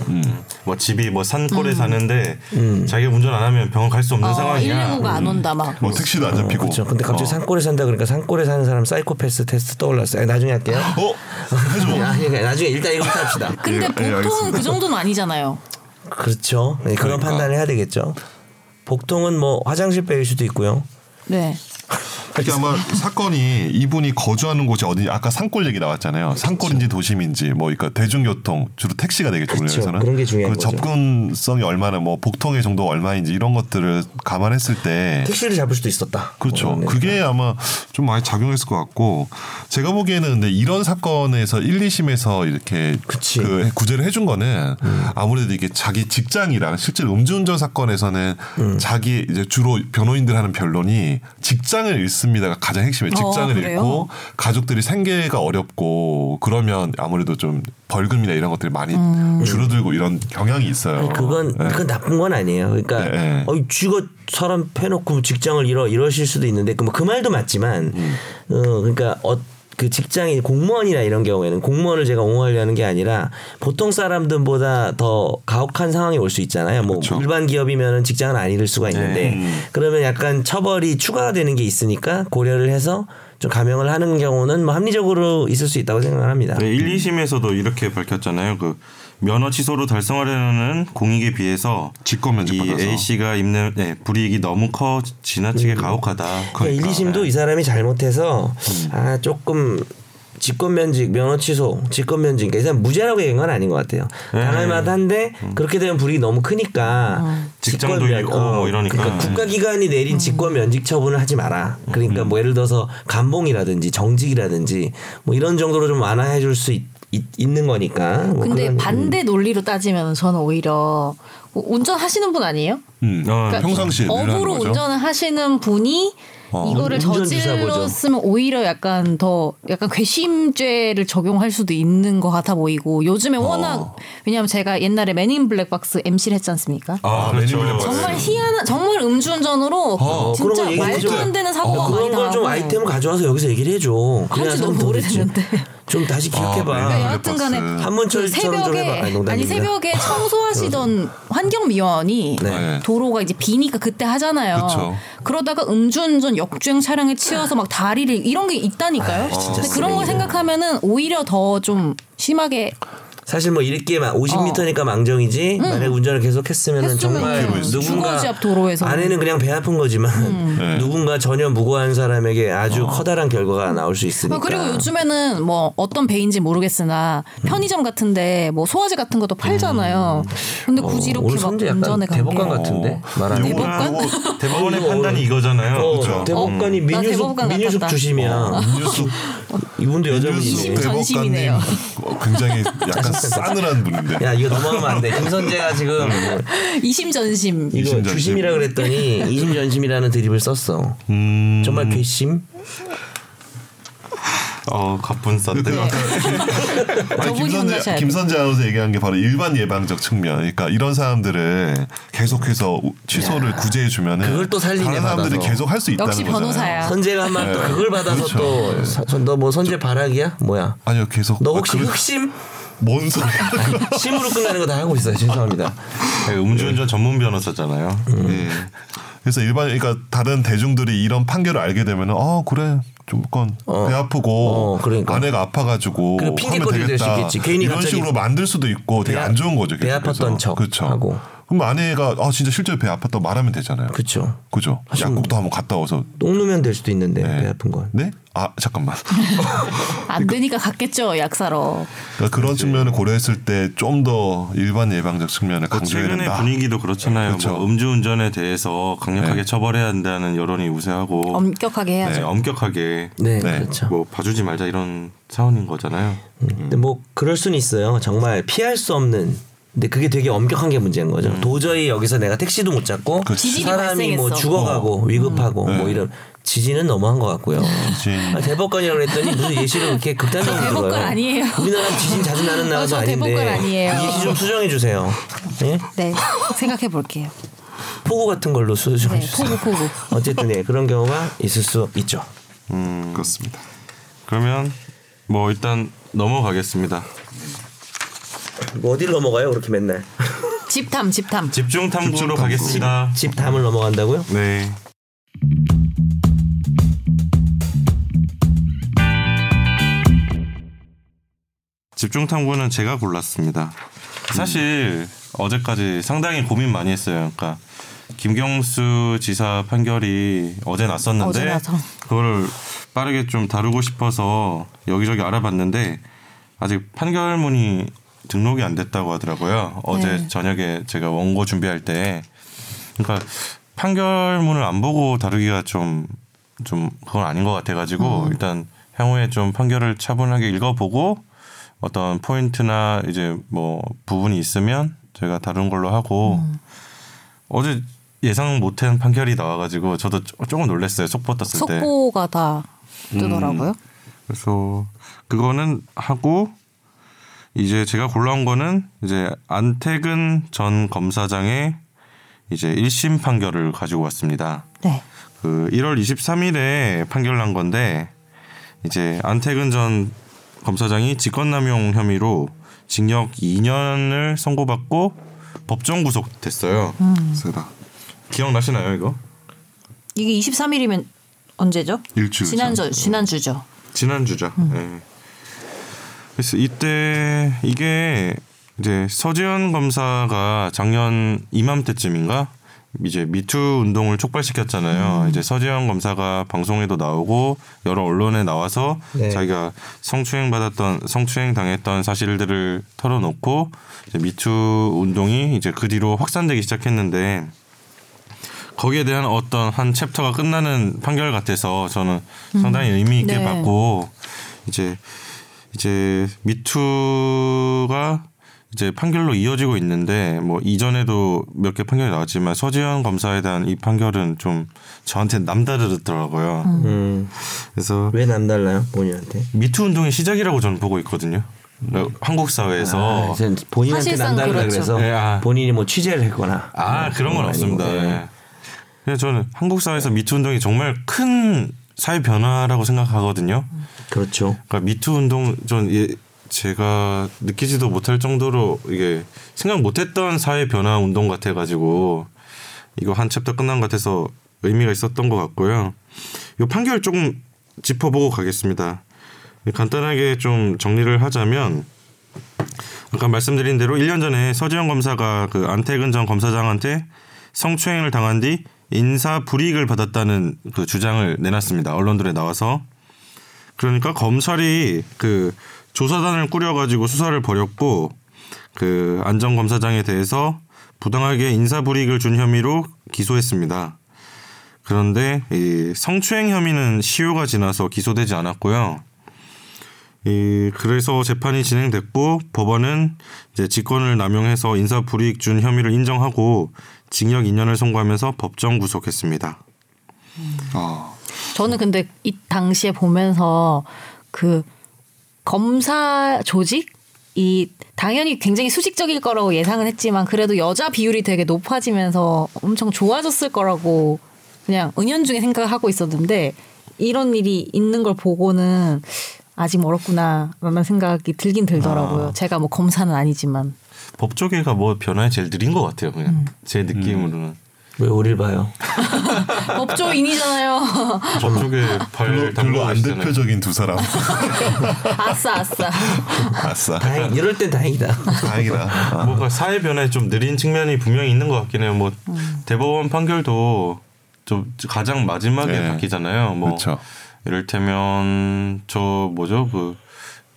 A: 뭐 집이 뭐 산골에 사는데 자기가 운전 안 하면 병원 갈 수 없는
C: 음. 어,
A: 그 상황이야. 음.
C: 119가 안 온다 막.
D: 뭐 택시도 안 잡히고. 어.
B: 그렇죠. 근데 갑자기 산골에 산다 그러니까 산골에 사는 사람 사이코패스 테스트 떠올랐어요. 나중에 할게요.
D: 어? 해줘.
B: 아니, 그러니까 나중에 일단 이거부터 합시다.
C: 근데
D: 예, 예,
C: 보통은
D: 알겠습니다.
C: 그 정도는 아니잖아요.
B: 그렇죠. 네, 그런
D: 그러니까.
B: 판단을 해야 되겠죠. 복통은 뭐 화장실 빼일 수도 있고요.
C: 네.
D: 이게 아마 사건이 이분이 거주하는 곳이 어디 아까 산골 얘기 나왔잖아요. 산골인지 도심인지 뭐 그러니까 대중교통 주로 택시가 되겠죠 우리나라에서는.
B: 그런 게 중요한
D: 그
B: 거죠.
D: 접근성이 얼마나 뭐 복통의 정도 가 얼마인지 이런 것들을 감안했을 때
B: 택시를 잡을 수도 있었다.
D: 네. 그렇죠.
B: 뭐, 네.
D: 그게 아마 좀 많이 작용했을 것 같고 제가 보기에는 근데 이런 사건에서 1, 2심에서 이렇게
B: 그치. 음.
D: 그 구제를 해준 거는 아무래도 이게 자기 직장이랑 실제 음주운전 사건에서는
B: 음.
D: 자기 이제 주로 변호인들 하는 변론이 직장을 잃습니다가 가장 핵심이에요.
C: 어,
D: 직장을
C: 그래요?
D: 잃고 가족들이 생계가 어렵고 그러면 아무래도 좀 벌금이나 이런 것들이 많이
C: 음.
D: 줄어들고 이런 경향이 있어요.
B: 그건
D: 네.
B: 그건 나쁜 건 아니에요. 그러니까
D: 네, 네.
B: 어, 쥐가 사람 패놓고 직장을 잃어 이러실 수도 있는데 그, 뭐 그 말도 맞지만
D: 음.
B: 어, 그러니까 어, 그 직장인 공무원이나 이런 경우에는 공무원을 제가 옹호하려는 게 아니라 보통 사람들보다 더 가혹한 상황이 올 수 있잖아요. 뭐
D: 그쵸. 네. 음.
B: 일반 기업이면 직장을 안 잃을 수가 있는데 그러면 약간 처벌이 추가되는 게 있으니까 고려를 해서 좀 감형을 하는 경우는 뭐 합리적으로 있을 수 있다고 생각을 합니다.
A: 네, 1, 2심에서도 이렇게 밝혔잖아요. 그 면허 취소로 달성하려는 공익에 비해서
D: 직권 면제받아서.
A: 이 A 씨가 입는 네, 불이익이 너무 커 지나치게 가혹하다. 네.
B: 그러니까 1, 2심도 이 사람이 잘못해서
A: 음.
B: 아 조금 직권면직, 면허취소, 직권면직 그러니까 이 사람 무죄라고 얘기한 건 아닌 것 같아요.
A: 네.
B: 당할 만한데 그렇게 되면 불이익이 너무 크니까
A: 음.
C: 어.
A: 직장도
B: 직권면-
A: 잃고 뭐 이러니까.
B: 그러니까
A: 네.
B: 국가기관이
C: 음.
B: 내린 직권면직 처분을 하지 마라.
A: 음.
B: 그러니까 뭐 예를 들어서 감봉이라든지 정직이라든지 뭐 이런 정도로 좀 완화해 줄 수 있는 거니까. 뭐
C: 근데
B: 그런-
C: 반대 논리로 따지면 저는 오히려 운전하시는 분 아니에요?
D: 음.
A: 어,
C: 그러니까
D: 평상시에 늘 하는
C: 업으로
D: 거죠.
C: 운전을 하시는 분이 이거를
B: 운전주사 보죠.
C: 저질렀으면 오히려 약간 더 약간 괘씸죄를 적용할 수도 있는 것 같아 보이고 요즘에 워낙 왜냐하면 제가 옛날에 맨인 블랙박스 MC를 했지 않습니까?
A: 아, 그렇죠.
D: 매니블랙 봤어요.
C: 정말 희한한 정말 음주운전으로
B: 어, 그런
C: 진짜
B: 거 얘기해
C: 말도
B: 줘.
C: 안 되는 사고가
B: 어,
C: 많이
B: 그런 걸
C: 나고
B: 좀 아이템을 가져와서 여기서 얘기를 해줘. 그래야
C: 한지
B: 사람
C: 너무
B: 더
C: 오래됐는데.
B: 듣지. 좀 다시 기억해봐.
D: 아,
C: 그러니까 여하튼간에
D: 블랙박스.
B: 한문철
C: 그
B: 처럼 좀 해봐. 어. 아니,
C: 새벽에 아니
B: 농담입니다.
C: 새벽에 청소하시던 환경미화원이
D: 네.
C: 도로가 이제 비니까 그때 하잖아요.
D: 그쵸.
C: 러다가 음주운전 역주행 차량에 치여서 막 다리를 이런 게 있다니까요.
B: 아, 진짜
C: 근데 그런 걸
B: 쓰레기네.
C: 생각하면은 오히려 더 좀 심하게
B: 사실 뭐 이렇게 막 50m니까 망정이지 만약 운전을 계속했으면
C: 어. 음. 했으면은
B: 정말
C: 음.
B: 누군가
C: 주거지 앞 도로에서. 음.
B: 아내는 그냥 배 아픈 거지만
D: 네.
B: 누군가 전혀 무고한 사람에게 아주 커다란 결과가 나올 수 있으니까. 음.
C: 아, 그리고 요즘에는 뭐 어떤 배인지 모르겠으나 편의점 같은데 뭐 소화제 같은 것도 팔잖아요. 근데
B: 어,
C: 굳이 이렇게
B: 오늘
C: 막
B: 선재
C: 운전에
B: 약간
C: 간
B: 대법관
C: 게. 어.
B: 같은데 말하는.
A: 요거-
C: 대법관?
A: 요거 뭐 대법원의
B: 이거
A: 판단이
B: 오늘-
A: 이거잖아요.
B: 어,
A: 그렇죠.
B: 대법관이
C: 나
B: 민유숙
C: 대법관
B: 민유숙
C: 같았다.
B: 주심이야.
D: 뉴스
B: 이분도
D: 네. 민유숙
B: 여자분이네.
C: 배- 전심이네요.
D: 대법관님 어, 굉장히 약간 싸늘한 분인데
B: 야 이거 넘어가면 안 돼. 김선재가 지금 뭐
C: 이심전심.
B: 이거
D: 이심전심.
B: 주심이라 그랬더니 이심전심이라는 드립을 썼어. 정말 괘씸?
A: 어, 가쁜 쌌대.
D: 그 아까 아니,
C: 저분이 혼나셔야
D: 김선재
C: 돼.
D: 김선재 아나운서 얘기한 게 바로 일반 예방적 측면. 그러니까 이런 사람들을 계속해서 우- 취소를 구제해 주면은
B: 그걸 또 살리네,
D: 다른 사람들이
B: 받아서.
D: 계속 할 수 있다는
C: 역시
D: 거잖아요.
C: 변호사야.
B: 선재가 한 말
D: 네.
B: 또 그걸 받아서
D: 그렇죠.
B: 또 너 뭐 선재 바라기야? 뭐야?
D: 아니요 계속
B: 너 혹시
D: 네. 아, 그래-
B: 흑심?
D: 뭔 소리야?
B: 심으로 끝나는 거 다 하고 있어요. 죄송합니다.
A: 네, 음주운전 전문 변호사잖아요.
B: 음.
D: 예. 그래서 일반 그러니까 다른 대중들이 이런 판결을 알게 되면은 어 그래 조건
B: 어.
D: 배 아프고
B: 어, 그러니까.
D: 아내가 아파가지고
B: 그리고
D: 하면
B: 핑계거리가 될수
D: 되겠다
B: 있겠지. 괜히
D: 이런
B: 갑자기
D: 식으로 만들 수도 있고 되게
B: 배 아-
D: 안 좋은 거죠.
B: 배
D: 계속해서.
B: 아팠던 척
D: 그쵸.
B: 하고.
D: 그럼 아내가 아 진짜 실제로 배 아팠다 말하면 되잖아요.
B: 그렇죠.
D: 그죠. 약국도 한번 갔다 와서
B: 똥 누면 될 수도 있는데 배 아픈 건.
D: 네? 아 잠깐만.
C: 안 되니까 갔겠죠 약 사러.
D: 그런 측면을 고려했을 때 좀 더 일반 예방적 측면을
A: 뭐
D: 강조해야
A: 최근의
D: 된다.
A: 분위기도 그렇잖아요.
D: 그쵸.
A: 뭐 음주운전에 대해서 강력하게
D: 네.
A: 처벌해야 한다는 여론이 우세하고
C: 엄격하게 해야죠.
A: 네, 엄격하게
B: 네,
D: 네.
B: 그렇죠.
A: 뭐 봐주지 말자 이런 차원인 거잖아요.
B: 근데 뭐 그럴 수는 있어요. 정말 피할 수 없는. 근데 그게 되게 엄격한 게 문제인 거죠. 도저히 여기서 내가 택시도 못 잡고
D: 음. 그치.
C: 지진이
B: 사람이 뭐
C: 발생했어.
B: 죽어가고 위급하고
D: 네.
B: 뭐 이런 지진은 너무한 것 같고요.
D: 지진.
B: 아, 대법관이라고 그랬더니 무슨 예시를 그렇게 극단적으로
C: 저 대법관
B: 들어요.
C: 아니에요.
B: 우리나라 지진 자주 나는
C: 어,
B: 나라도
C: 저
B: 아닌데
C: 대법관 아니에요.
B: 예시 좀 수정해 주세요. 예?
C: 네 생각해 볼게요.
B: 폭우 같은 걸로 수정해
C: 네
B: 주세요.
C: 포구 포구.
B: 어쨌든 예, 그런 경우가 있을 수 있죠.
A: 그렇습니다. 음. 그러면 뭐 일단 넘어가겠습니다.
B: 뭐 어디를 넘어가요? 그렇게 맨날
C: 집탐 집탐.
A: 집중 탐구로
D: 집중 탐구.
A: 가겠습니다.
B: 집 담을 넘어간다고요?
A: 네. 집중 탐구는 제가 골랐습니다. 사실 어제까지 상당히 고민 많이 했어요. 그러니까 김경수 지사 판결이 어제 났었는데
C: 어제 나서.
A: 그걸 빠르게 좀 다루고 싶어서 여기저기 알아봤는데 아직 판결문이 등록이 안 됐다고 하더라고요. 어제
C: 네.
A: 저녁에 제가 원고 준비할 때 그러니까 판결문을 안 보고 다루기가 좀 좀 그건 아닌 것 같아가지고 일단 향후에 좀 판결을 차분하게 읽어보고 어떤 포인트나 이제 뭐 부분이 있으면 저희가 다룬 걸로 하고 어제 예상 못한 판결이 나와가지고 저도 조- 조금 놀랐어요 속보 떴을 때
C: 속보가 다 뜨더라고요.
A: 그래서 그거는 하고 이제 제가 골라온 거는 이제 안태근 전 검사장의 이제 1심 판결을 가지고 왔습니다.
C: 네.
A: 그 1월 23일에 판결 난 건데 이제 안태근 전 검사장이 직권남용 혐의로 징역 2년을 선고받고 법정 구속됐어요. 쓰다. 기억나시나요 이거?
C: 이게 23일이면 언제죠?
D: 일주일
C: 지난주 지난주죠.
A: 지난주죠. 예. 그래서 이때 이게 이제 서지현 검사가 작년 이맘때쯤인가 이제 미투 운동을 촉발시켰잖아요. 이제 서지현 검사가 방송에도 나오고 여러 언론에 나와서
B: 네.
A: 자기가 성추행 받았던 성추행 당했던 사실들을 털어놓고 이제 미투 운동이 이제 그 뒤로 확산되기 시작했는데 거기에 대한 어떤 한 챕터가 끝나는 판결 같아서 저는 상당히 의미 있게
C: 네.
A: 봤고 이제 이제 미투가 이제 판결로 이어지고 있는데 뭐 이전에도 몇 개 판결이 나왔지만 서지현 검사에 대한 이 판결은 좀 저한테 남다르더라고요.
B: 음,
A: 그래서
B: 왜 남달라요 본인한테?
A: 미투 운동의 시작이라고 저는 보고 있거든요. 한국 사회에서
B: 음. 아, 이제 본인한테
C: 사실상
B: 남달라
C: 그렇죠.
B: 그래서
A: 예, 아.
B: 본인이 뭐 취재를 했거나
A: 아 그런 건
B: 아니고,
A: 없습니다.
B: 예.
A: 예. 그래서 저는 한국 사회에서 미투 운동이 정말 큰 사회 변화라고 생각하거든요.
B: 그렇죠.
A: 그러니까 미투 운동 전 예, 제가 느끼지도 못할 정도로 이게 생각 못했던 사회 변화 운동 같아가지고 이거 한 챕터 끝난 것 같아서 의미가 있었던 것 같고요. 이 판결 조금 짚어보고 가겠습니다. 간단하게 좀 정리를 하자면 아까 말씀드린 대로 1년 전에 서지영 검사가 그 안태근 전 검사장한테 성추행을 당한 뒤 인사 불이익을 받았다는 그 주장을 내놨습니다. 언론들에 나와서 그러니까 검찰이 그 조사단을 꾸려가지고 수사를 벌였고 그 안전검사장에 대해서 부당하게 인사불이익을 준 혐의로 기소했습니다. 그런데 이 성추행 혐의는 시효가 지나서 기소되지 않았고요. 이 그래서 재판이 진행됐고 법원은 이제 직권을 남용해서 인사불이익 준 혐의를 인정하고 징역 2년을 선고하면서 법정 구속했습니다.
D: 아,
C: 저는 근데 이 당시에 보면서 그 검사 조직 이 당연히 굉장히 수직적일 거라고 예상은 했지만 그래도 여자 비율이 되게 높아지면서 엄청 좋아졌을 거라고 그냥 은연중에 생각하고 있었는데 이런 일이 있는 걸 보고는 아직 멀었구나라는 생각이 들긴 들더라고요. 제가 뭐 검사는 아니지만
A: 법조계가 뭐 변화에 제일 느린 것 같아요. 그냥 제 느낌으로는
B: 왜 우리를 봐요?
C: 법조인이잖아요.
A: 법조계
D: 별로,
A: 발
D: 별로
A: 담그고
D: 어. 안
A: 계시잖아요.
D: 대표적인 두 사람.
C: 아싸 아싸.
D: 아싸.
B: 다행 이럴 땐 다행이다.
D: 다행이다. 아.
A: 뭔가 사회 변화에 좀 느린 측면이 분명히 있는 것 같긴 해요. 뭐
C: 음.
A: 대법원 판결도 좀 가장 마지막에
D: 네.
A: 바뀌잖아요. 뭐
D: 그렇죠.
A: 이를테면 저 뭐죠 그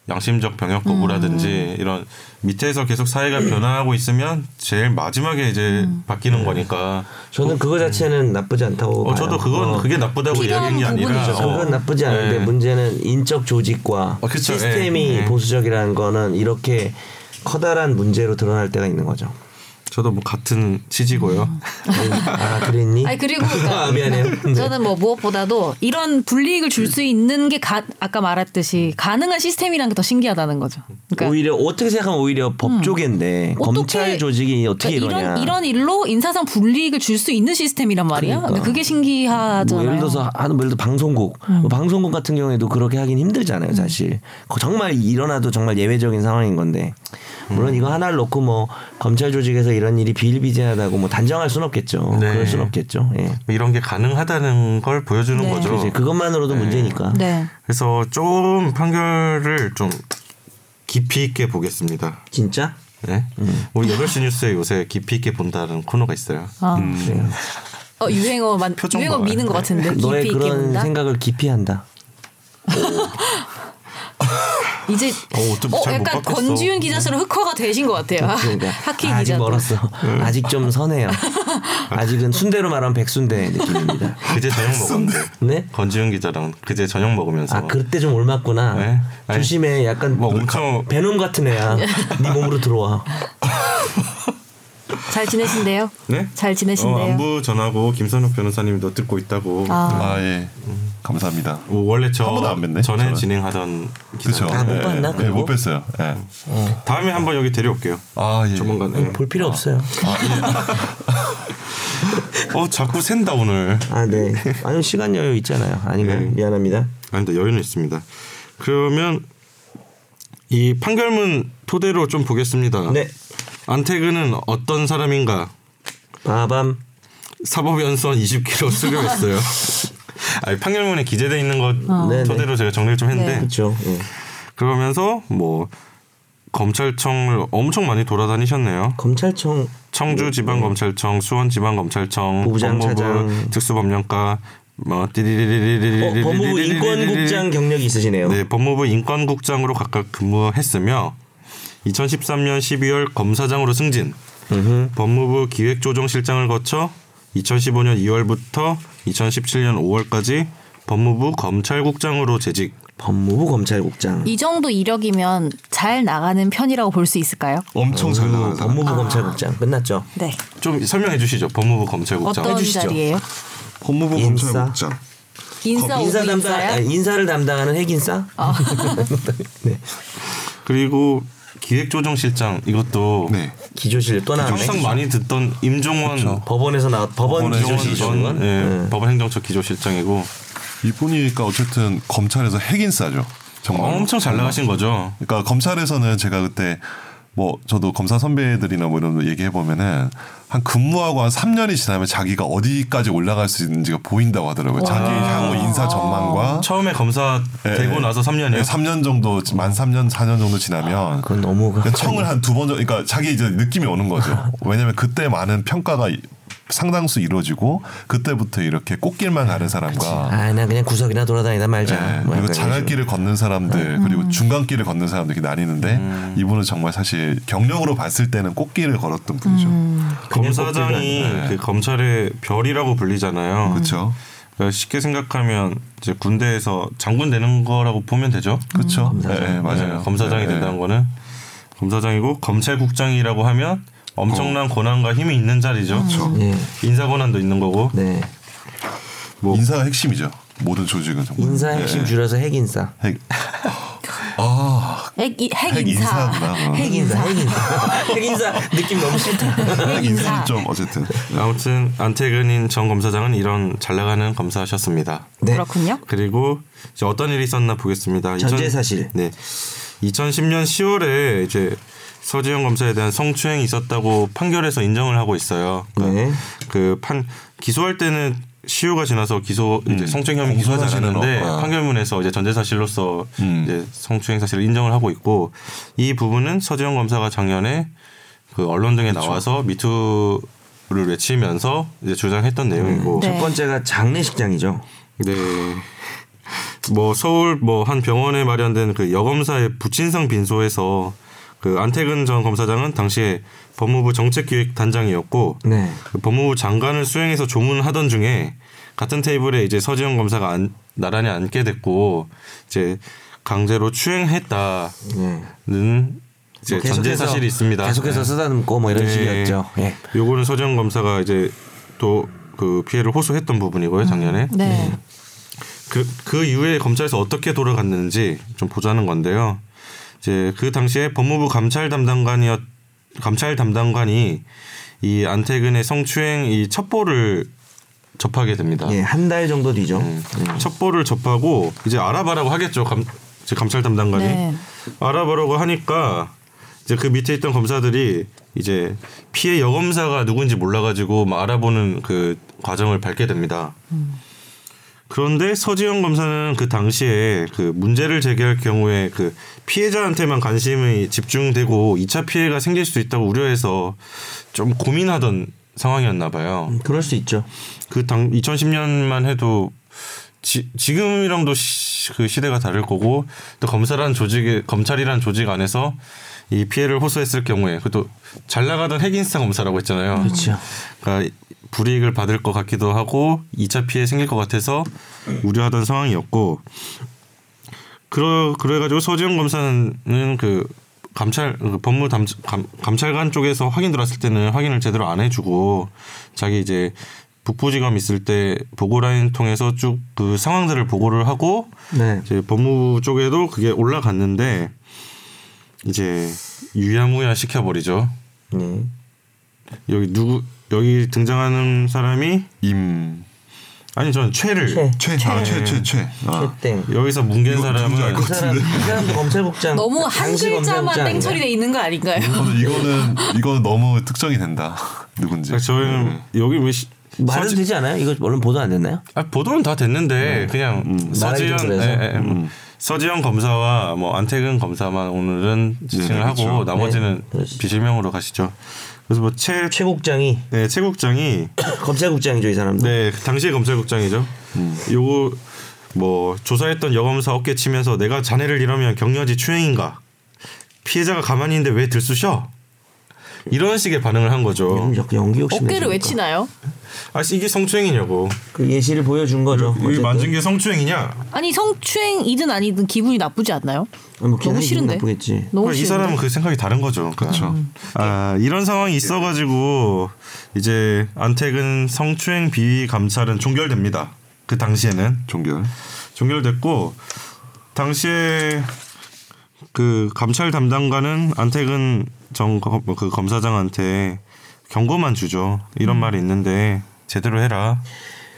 A: 양심적 병역
C: 음.
A: 거부라든지 이런 밑에서 계속 사회가 변화하고 있으면 제일 마지막에 이제
C: 음.
A: 바뀌는 거니까.
B: 저는 그거 자체는 나쁘지 않다고.
A: 어
D: 네.
B: 봐요.
A: 저도 그건
B: 어.
A: 그게 나쁘다고
C: 필요한
A: 이야기한 게 아니라.
C: 부분이죠.
A: 어.
B: 그건 나쁘지 않은데
A: 네.
B: 문제는 인적 조직과
A: 어, 그쵸.
B: 시스템이
A: 예, 예.
B: 보수적이라는 거는 이렇게 커다란 문제로 드러날 때가 있는 거죠.
A: 저도 뭐 같은 취지고요.
C: 음.
B: 아 그랬니?
C: 아니 그리고 그러니까
B: 아, 미안해요. 네.
C: 저는 뭐 무엇보다도 이런 불이익을 줄 수 있는 게 가, 아까 말했듯이 가능한 시스템이란 게 더 신기하다는 거죠. 그러니까
B: 오히려 어떻게 생각하면 오히려 법조계인데
C: 음, 어떻게-
B: 검찰 조직이 어떻게
C: 그러니까
B: 이러냐?
C: 이런 이런 일로 인사상 불이익을 줄 수 있는 시스템이란 말이야.
B: 그러니까.
C: 근데 그게
B: 뭐
C: 신기하잖아요. 음.
B: 예를 들어서 하는 예를 들어 방송국 뭐 방송국 같은 경우에도 그렇게 하긴 힘들잖아요 사실 거- 정말 일어나도 정말 예외적인 상황인 건데 물론
C: 음.
B: 이거 하나를 놓고 뭐 검찰 조직에서 이런 일이 비일비재하다고 뭐 단정할 순 없겠죠
A: 네.
B: 그럴 순 없겠죠 예
A: 이런 게 가능하다는 걸 보여주는
C: 네.
A: 거죠.
B: 이제 그것만으로도 문제니까
C: 네.
A: 그래서 좀 판결을 좀 깊이 있게 보겠습니다.
B: 진짜
A: 네. 우리 8시 뉴스에 요새 깊이 있게 본다는 코너가 있어요.
C: 아.
B: 그래요.
C: 어, 유행어만
A: 음. 표정
C: 유행어
A: 봐요.
C: 미는 것 같은데
B: 네. 너의
C: 깊이 있게
B: 그런
C: 본다.
B: 생각을 기피한다
C: 이제
A: 어, 또잘못
C: 약간
A: 바꿨어. 네.
C: 권지윤 기자처럼 흑화가 되신 것 같아요.
B: 그러니까
C: 하키 음.
B: 아, 아직
C: 기자도.
B: 멀었어 아직 좀 선해요 아직은 순대로 말하면 백순대 느낌입니다
A: 그제 저녁 먹었는데.
B: 네
A: 건지윤 기자랑 그제 저녁 먹으면서
B: 아 그때 좀 올맞구나
A: 네. 아니,
B: 조심해 약간
A: 뭐 엄청
B: 베놈 같은 애야 네 몸으로 들어와
C: 잘 지내신대요?
A: 네?
C: 잘 지내신대요?
A: 어, 안부 전하고 김선욱 변호사님도 듣고 있다고.
C: 아.
D: 아 예. 감사합니다.
A: 오, 원래 저
D: 한 번도 안 뵀네,
A: 전에
D: 저는.
A: 진행하던
D: 그렇죠.
A: 기자.
B: 아, 못 봤나,
D: 예,
B: 그거?
D: 못 뵀어요. 예.
A: 다음에 한번 여기 데려올게요. 음.
D: 아 예. 아,
A: 조만간에.
B: 볼 필요 없어요
A: 어 자꾸 샌다 오늘.
B: 아네 아니 시간 여유 있잖아요 아니면
A: 네.
B: 미안합니다
A: 아 근데 여유는 있습니다. 그러면 이 판결문 토대로 좀 보겠습니다.
B: 네
A: 안태근은 어떤 사람인가?
B: 바밤
A: 사법연수원 20kg 수료했어요. 아니, 판결문에 기재돼 있는 것
B: 네네.
A: 토대로 제가 정리를 좀 했는데
B: 그렇죠 예.
A: 그러면서 뭐 검찰청을 엄청 많이 돌아다니셨네요.
B: 검찰청 어,
A: 청주 지방 검찰청, 수원 지방 검찰청,
B: 부부장,
A: 법무부
B: 차장.
A: 특수법령과 뭐
B: 어,
A: 띠리리리리리리
B: 법무부 인권국장 경력이 있으시네요
A: 네, 법무부 인권국장으로 각각 근무했으며 2013년 12월 검사장으로 승진.
B: 음흠.
A: 법무부 기획조정실장을 거쳐 2015년 2월부터 2017년 5월까지 법무부 검찰국장으로 재직.
B: 법무부 검찰국장
C: 이 정도 이력이면 잘 나가는 편이라고 볼 수 있을까요?
D: 엄청 잘 나가는
B: 그
D: 사람.
C: 아.
B: 법무부 검찰국장 끝났죠
C: 네.
A: 좀 설명해 주시죠. 법무부 검찰국장.
C: 어떤
B: 해주시죠.
C: 자리예요?
D: 법무부
B: 인싸.
D: 검찰국장.
C: 인사 오브
B: 담당
C: 인사야?
B: 아니, 인사를 담당하는 핵인싸 네.
A: 그리고 기획조정실장 이것을
D: 네.
B: 기조실 또 나왔네
A: 항상 많이 듣던 임종원
B: 법원에서 나왔 법원
D: 법원에서
B: 기조실
A: 임종원
B: 이주는
A: 전
B: 건
A: 예,
B: 네.
A: 법원 행정처 기조실장이고
D: 이분이니까 어쨌든 검찰에서 핵인싸죠. 정말.
A: 엄청 잘 나가신 거죠.
D: 그러니까 검찰에서는 제가 그때 뭐 저도 검사 선배들이나 뭐 이런 얘기해 보면은 한 근무하고 한 3년이 지나면 자기가 어디까지 올라갈 수 있는지가 보인다고 하더라고요. 자기 향후 인사 전망과
A: 처음에 검사
D: 예,
A: 되고
D: 예.
A: 나서
D: 예,
A: 3년이요.
D: 3년 정도 만 3년 4년 정도 지나면
B: 아, 그건 너무
D: 그러니까 청을 한 두 번 정도 그러니까 자기 이제 느낌이 오는 거죠. 왜냐면 그때 많은 평가가 이- 상당수 이루어지고 그때부터 이렇게 꽃길만 가는 사람과
B: 아, 나 그냥 구석이나 돌아다니다 말자.
A: 네,
D: 예,
B: 뭐
D: 그리고
B: 약간 이런 식으로.
D: 자갈길을 걷는 사람들 그리고 중간길을 걷는 사람들 이렇게 나뉘는데 이분은 정말 사실 경력으로 봤을 때는 꽃길을 걸었던 분이죠.
A: 검사장이
B: 그냥
A: 그 검찰의 별이라고 불리잖아요.
D: 그렇죠.
A: 그러니까 쉽게 생각하면 이제 군대에서 장군 되는 거라고 보면 되죠.
D: 그렇죠. 예, 예, 맞아요.
A: 네, 검사장이
D: 예, 예.
A: 된다는 거는 검사장이고 검찰국장이라고 하면 엄청난 권한과 힘이 있는 자리죠.
B: 예.
A: 인사 권한도 있는 거고.
B: 네.
D: 인사가 핵심이죠. 모든 조직은 정말.
B: 인사
A: 네.
B: 핵심 줄여서 핵인싸.
D: 예, 예. 핵. 아,
C: 핵, 이- 핵
D: 핵
C: 인사.
D: 인사구나.
C: 핵
B: 핵인싸,
C: 인사. 네.
B: 핵인싸. 핵인싸 느낌 너무 싫다.
D: 핵 인사는 좀 어쨌든
A: 아무튼 안태근인 전 검사장은 이런 잘 나가는 검사셨습니다.
B: 네.
C: 그렇군요.
A: 그리고 이제 어떤 일이 있었나 보겠습니다. 이천-
B: 전제사실.
A: 네. 2010년 10월에 이제 서지영 검사에 대한 성추행이 있었다고 판결에서 인정을 하고 있어요.
B: 네.
A: 그 판 기소할 때는 시효가 지나서 기소 이제 성추행 혐의 음. 기소하지
D: 공소사실은
A: 않았는데
D: 없구나.
A: 판결문에서 이제 전제 사실로서
D: 음.
A: 이제 성추행 사실을 인정을 하고 있고 이 부분은 서지영 검사가 작년에 그 언론 등에 나와서 미투를 외치면서 이제 주장했던 내용이고
C: 네.
B: 첫 번째가 장례식장이죠.
A: 네. 뭐 서울 뭐 한 병원에 마련된 그 여검사의 부친상 빈소에서 그 안태근 전 검사장은 당시에 법무부 정책기획단장이었고
B: 네.
A: 그 법무부 장관을 수행해서 조문하던 중에 같은 테이블에 이제 서지영 검사가 안- 나란히 앉게 됐고 이제 강제로 추행했다는
B: 네.
A: 이제
B: 계속해서-
A: 전제 사실이 있습니다.
B: 계속해서
A: 네.
B: 쓰다듬고 뭐 이런 식이었죠. 예.
A: 요거는 서정 검사가 이제 또 그 피해를 호소했던 부분이고요 작년에
C: 네.
A: 그, 그 이후에 검찰에서 어떻게 돌아갔는지 좀 보자는 건데요. 이제 그 당시에 법무부 감찰 담당관이었 감찰 담당관이 이 안태근의 성추행 이 첩보를 접하게 됩니다.
B: 예, 한 달 정도 뒤죠.
A: 네. 첩보를 접하고 이제 알아봐라고 하겠죠. 감, 이제 감찰 담당관이
C: 네.
A: 알아보라고 하니까 이제 그 밑에 있던 검사들이 이제 피해 여검사가 누군지 몰라가지고 막 알아보는 그 과정을 밟게 됩니다. 그런데 서지영 검사는 그 당시에 그 문제를 제기할 경우에 그 피해자한테만 관심이 집중되고 2차 피해가 생길 수도 있다고 우려해서 좀 고민하던 상황이었나 봐요.
B: 음, 그럴 수 있죠.
A: 그 당 2010년만 해도 지, 지금이랑도 시, 그 시대가 다를 거고 또 검사라는 조직에 검찰이라는 조직 안에서 이 피해를 호소했을 경우에 그것도 잘 나가던 핵인싸 검사라고 했잖아요.
B: 그렇죠.
A: 그러니까 불이익을 받을 것 같기도 하고 2차 피해 생길 것 같아서 우려하던 상황이었고 그러 그래가지고 서지영 검사는 그 감찰 그 법무 담, 감, 감찰관 쪽에서 확인 들어왔을 때는 확인을 제대로 안 해주고 자기 이제 북부지검 있을 때 보고 라인 통해서 쭉 그 상황들을 보고를 하고
B: 네.
A: 이제 법무부 쪽에도 그게 올라갔는데 이제 유야무야 시켜버리죠.
B: 네.
A: 여기 누구 여기 등장하는 사람이
D: 임
A: 아니 저는 최를
B: 최.
D: 최, 아, 최, 최, 최. 아.
B: 땡.
A: 여기서 뭉갠
D: 누군지 알
A: 사람은
D: 것
B: 그 사람, 그 사람도 검찰국장.
C: 너무 한
B: 당시
C: 글자만
B: 검찰국장
C: 땡처리
B: 아닌가요?
C: 돼 있는 거 아닌가요?
D: 저는 이거는 이거는 너무 특정이 된다. 누군지. 네.
A: 그러니까 저희는 여기 왜 시,
B: 말해도
A: 서지-
B: 되지 않아요? 이거 언론 보도 안 됐나요?
A: 아, 보도는 다 됐는데 그냥
B: 음. 나라의
A: 서지현
B: 기준에서? 음.
A: 예, 예, 뭐 서지현 검사와 뭐 안태근 검사만 오늘은 지칭을 하고
D: 그렇죠.
A: 나머지는
B: 네, 그렇죠.
A: 비실명으로 가시죠. 그래서 뭐최
B: 최 국장이
A: 네, 최 국장이
B: 검찰국장이죠, 이 사람도.
A: 네, 그 당시의 검찰국장이죠.
B: 음.
A: 요거 뭐 조사했던 여검사 어깨 치면서 내가 자네를 이러면 격려지 추행인가? 피해자가 가만히 있는데 왜 들쑤셔? 이런 식의 반응을 한 거죠.
B: 이건 자꾸 연기 욕심.
C: 어깨를 왜
B: 내십니까?
C: 치나요?
A: 아 이게 성추행이냐고.
B: 그 예시를 보여준 거죠.
A: 이
B: 어쨌든.
A: 만진 게 성추행이냐?
C: 아니 성추행이든 아니든 기분이 나쁘지 않나요?
B: 아, 뭐
C: 너무
B: 기분이
C: 싫은데.
B: 나쁘겠지.
C: 너무
A: 이
C: 싫은데.
A: 사람은 그 생각이 다른 거죠.
D: 그렇죠.
A: 아, 이런 상황이 있어가지고 이제 안택은 성추행 비위 감찰은 종결됩니다. 그 당시에는
D: 종결.
A: 종결됐고 당시에 그 감찰 담당관은 안택은 정 그 검사장한테 경고만 주죠. 이런 말이 있는데 제대로 해라.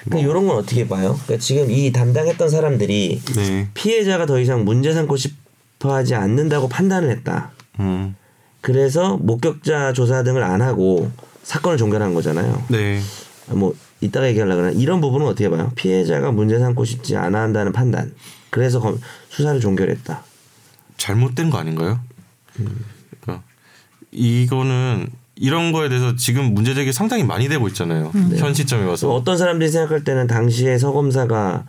B: 근데 그러니까 이런 건 어떻게 봐요? 그러니까 지금 이 담당했던 사람들이
A: 네.
B: 피해자가 더 이상 문제 삼고 싶어하지 않는다고 판단을 했다.
A: 음.
B: 그래서 목격자 조사 등을 안 하고 사건을 종결한 거잖아요.
A: 네.
B: 뭐 이따가 얘기하려고 그러나 이런 부분은 어떻게 봐요? 피해자가 문제 삼고 싶지 않아 한다는 판단. 그래서 검- 수사를 종결했다.
A: 잘못된 거 아닌가요? 그러니까 이거는 이런 거에 대해서 지금 문제 제기 상당히 많이 되고 있잖아요. 현 시점에
B: 또
A: 와서.
B: 음. 네. 어떤 사람들이 생각할 때는 당시에 서검사가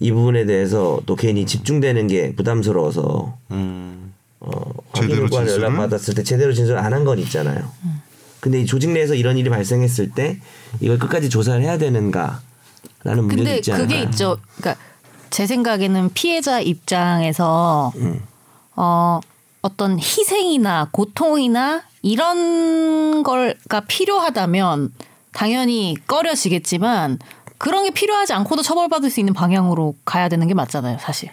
B: 이 부분에 대해서 또 괜히 집중되는 게 부담스러워서
A: 음.
B: 어,
D: 제대로
B: 확인과
D: 진술을?
B: 연락 받았을 때 제대로 진술 안 한 건 있잖아요. 근데 이 조직 내에서 이런 일이 발생했을 때 이걸 끝까지 조사를 해야 되는가라는 문제도
C: 근데
B: 있지 않나.
C: 그게 있죠. 그러니까 제 생각에는 피해자 입장에서
A: 음.
C: 어 어떤 희생이나 고통이나 이런 걸가 필요하다면 당연히 꺼려지겠지만 그런 게 필요하지 않고도 처벌받을 수 있는 방향으로 가야 되는 게 맞잖아요, 사실.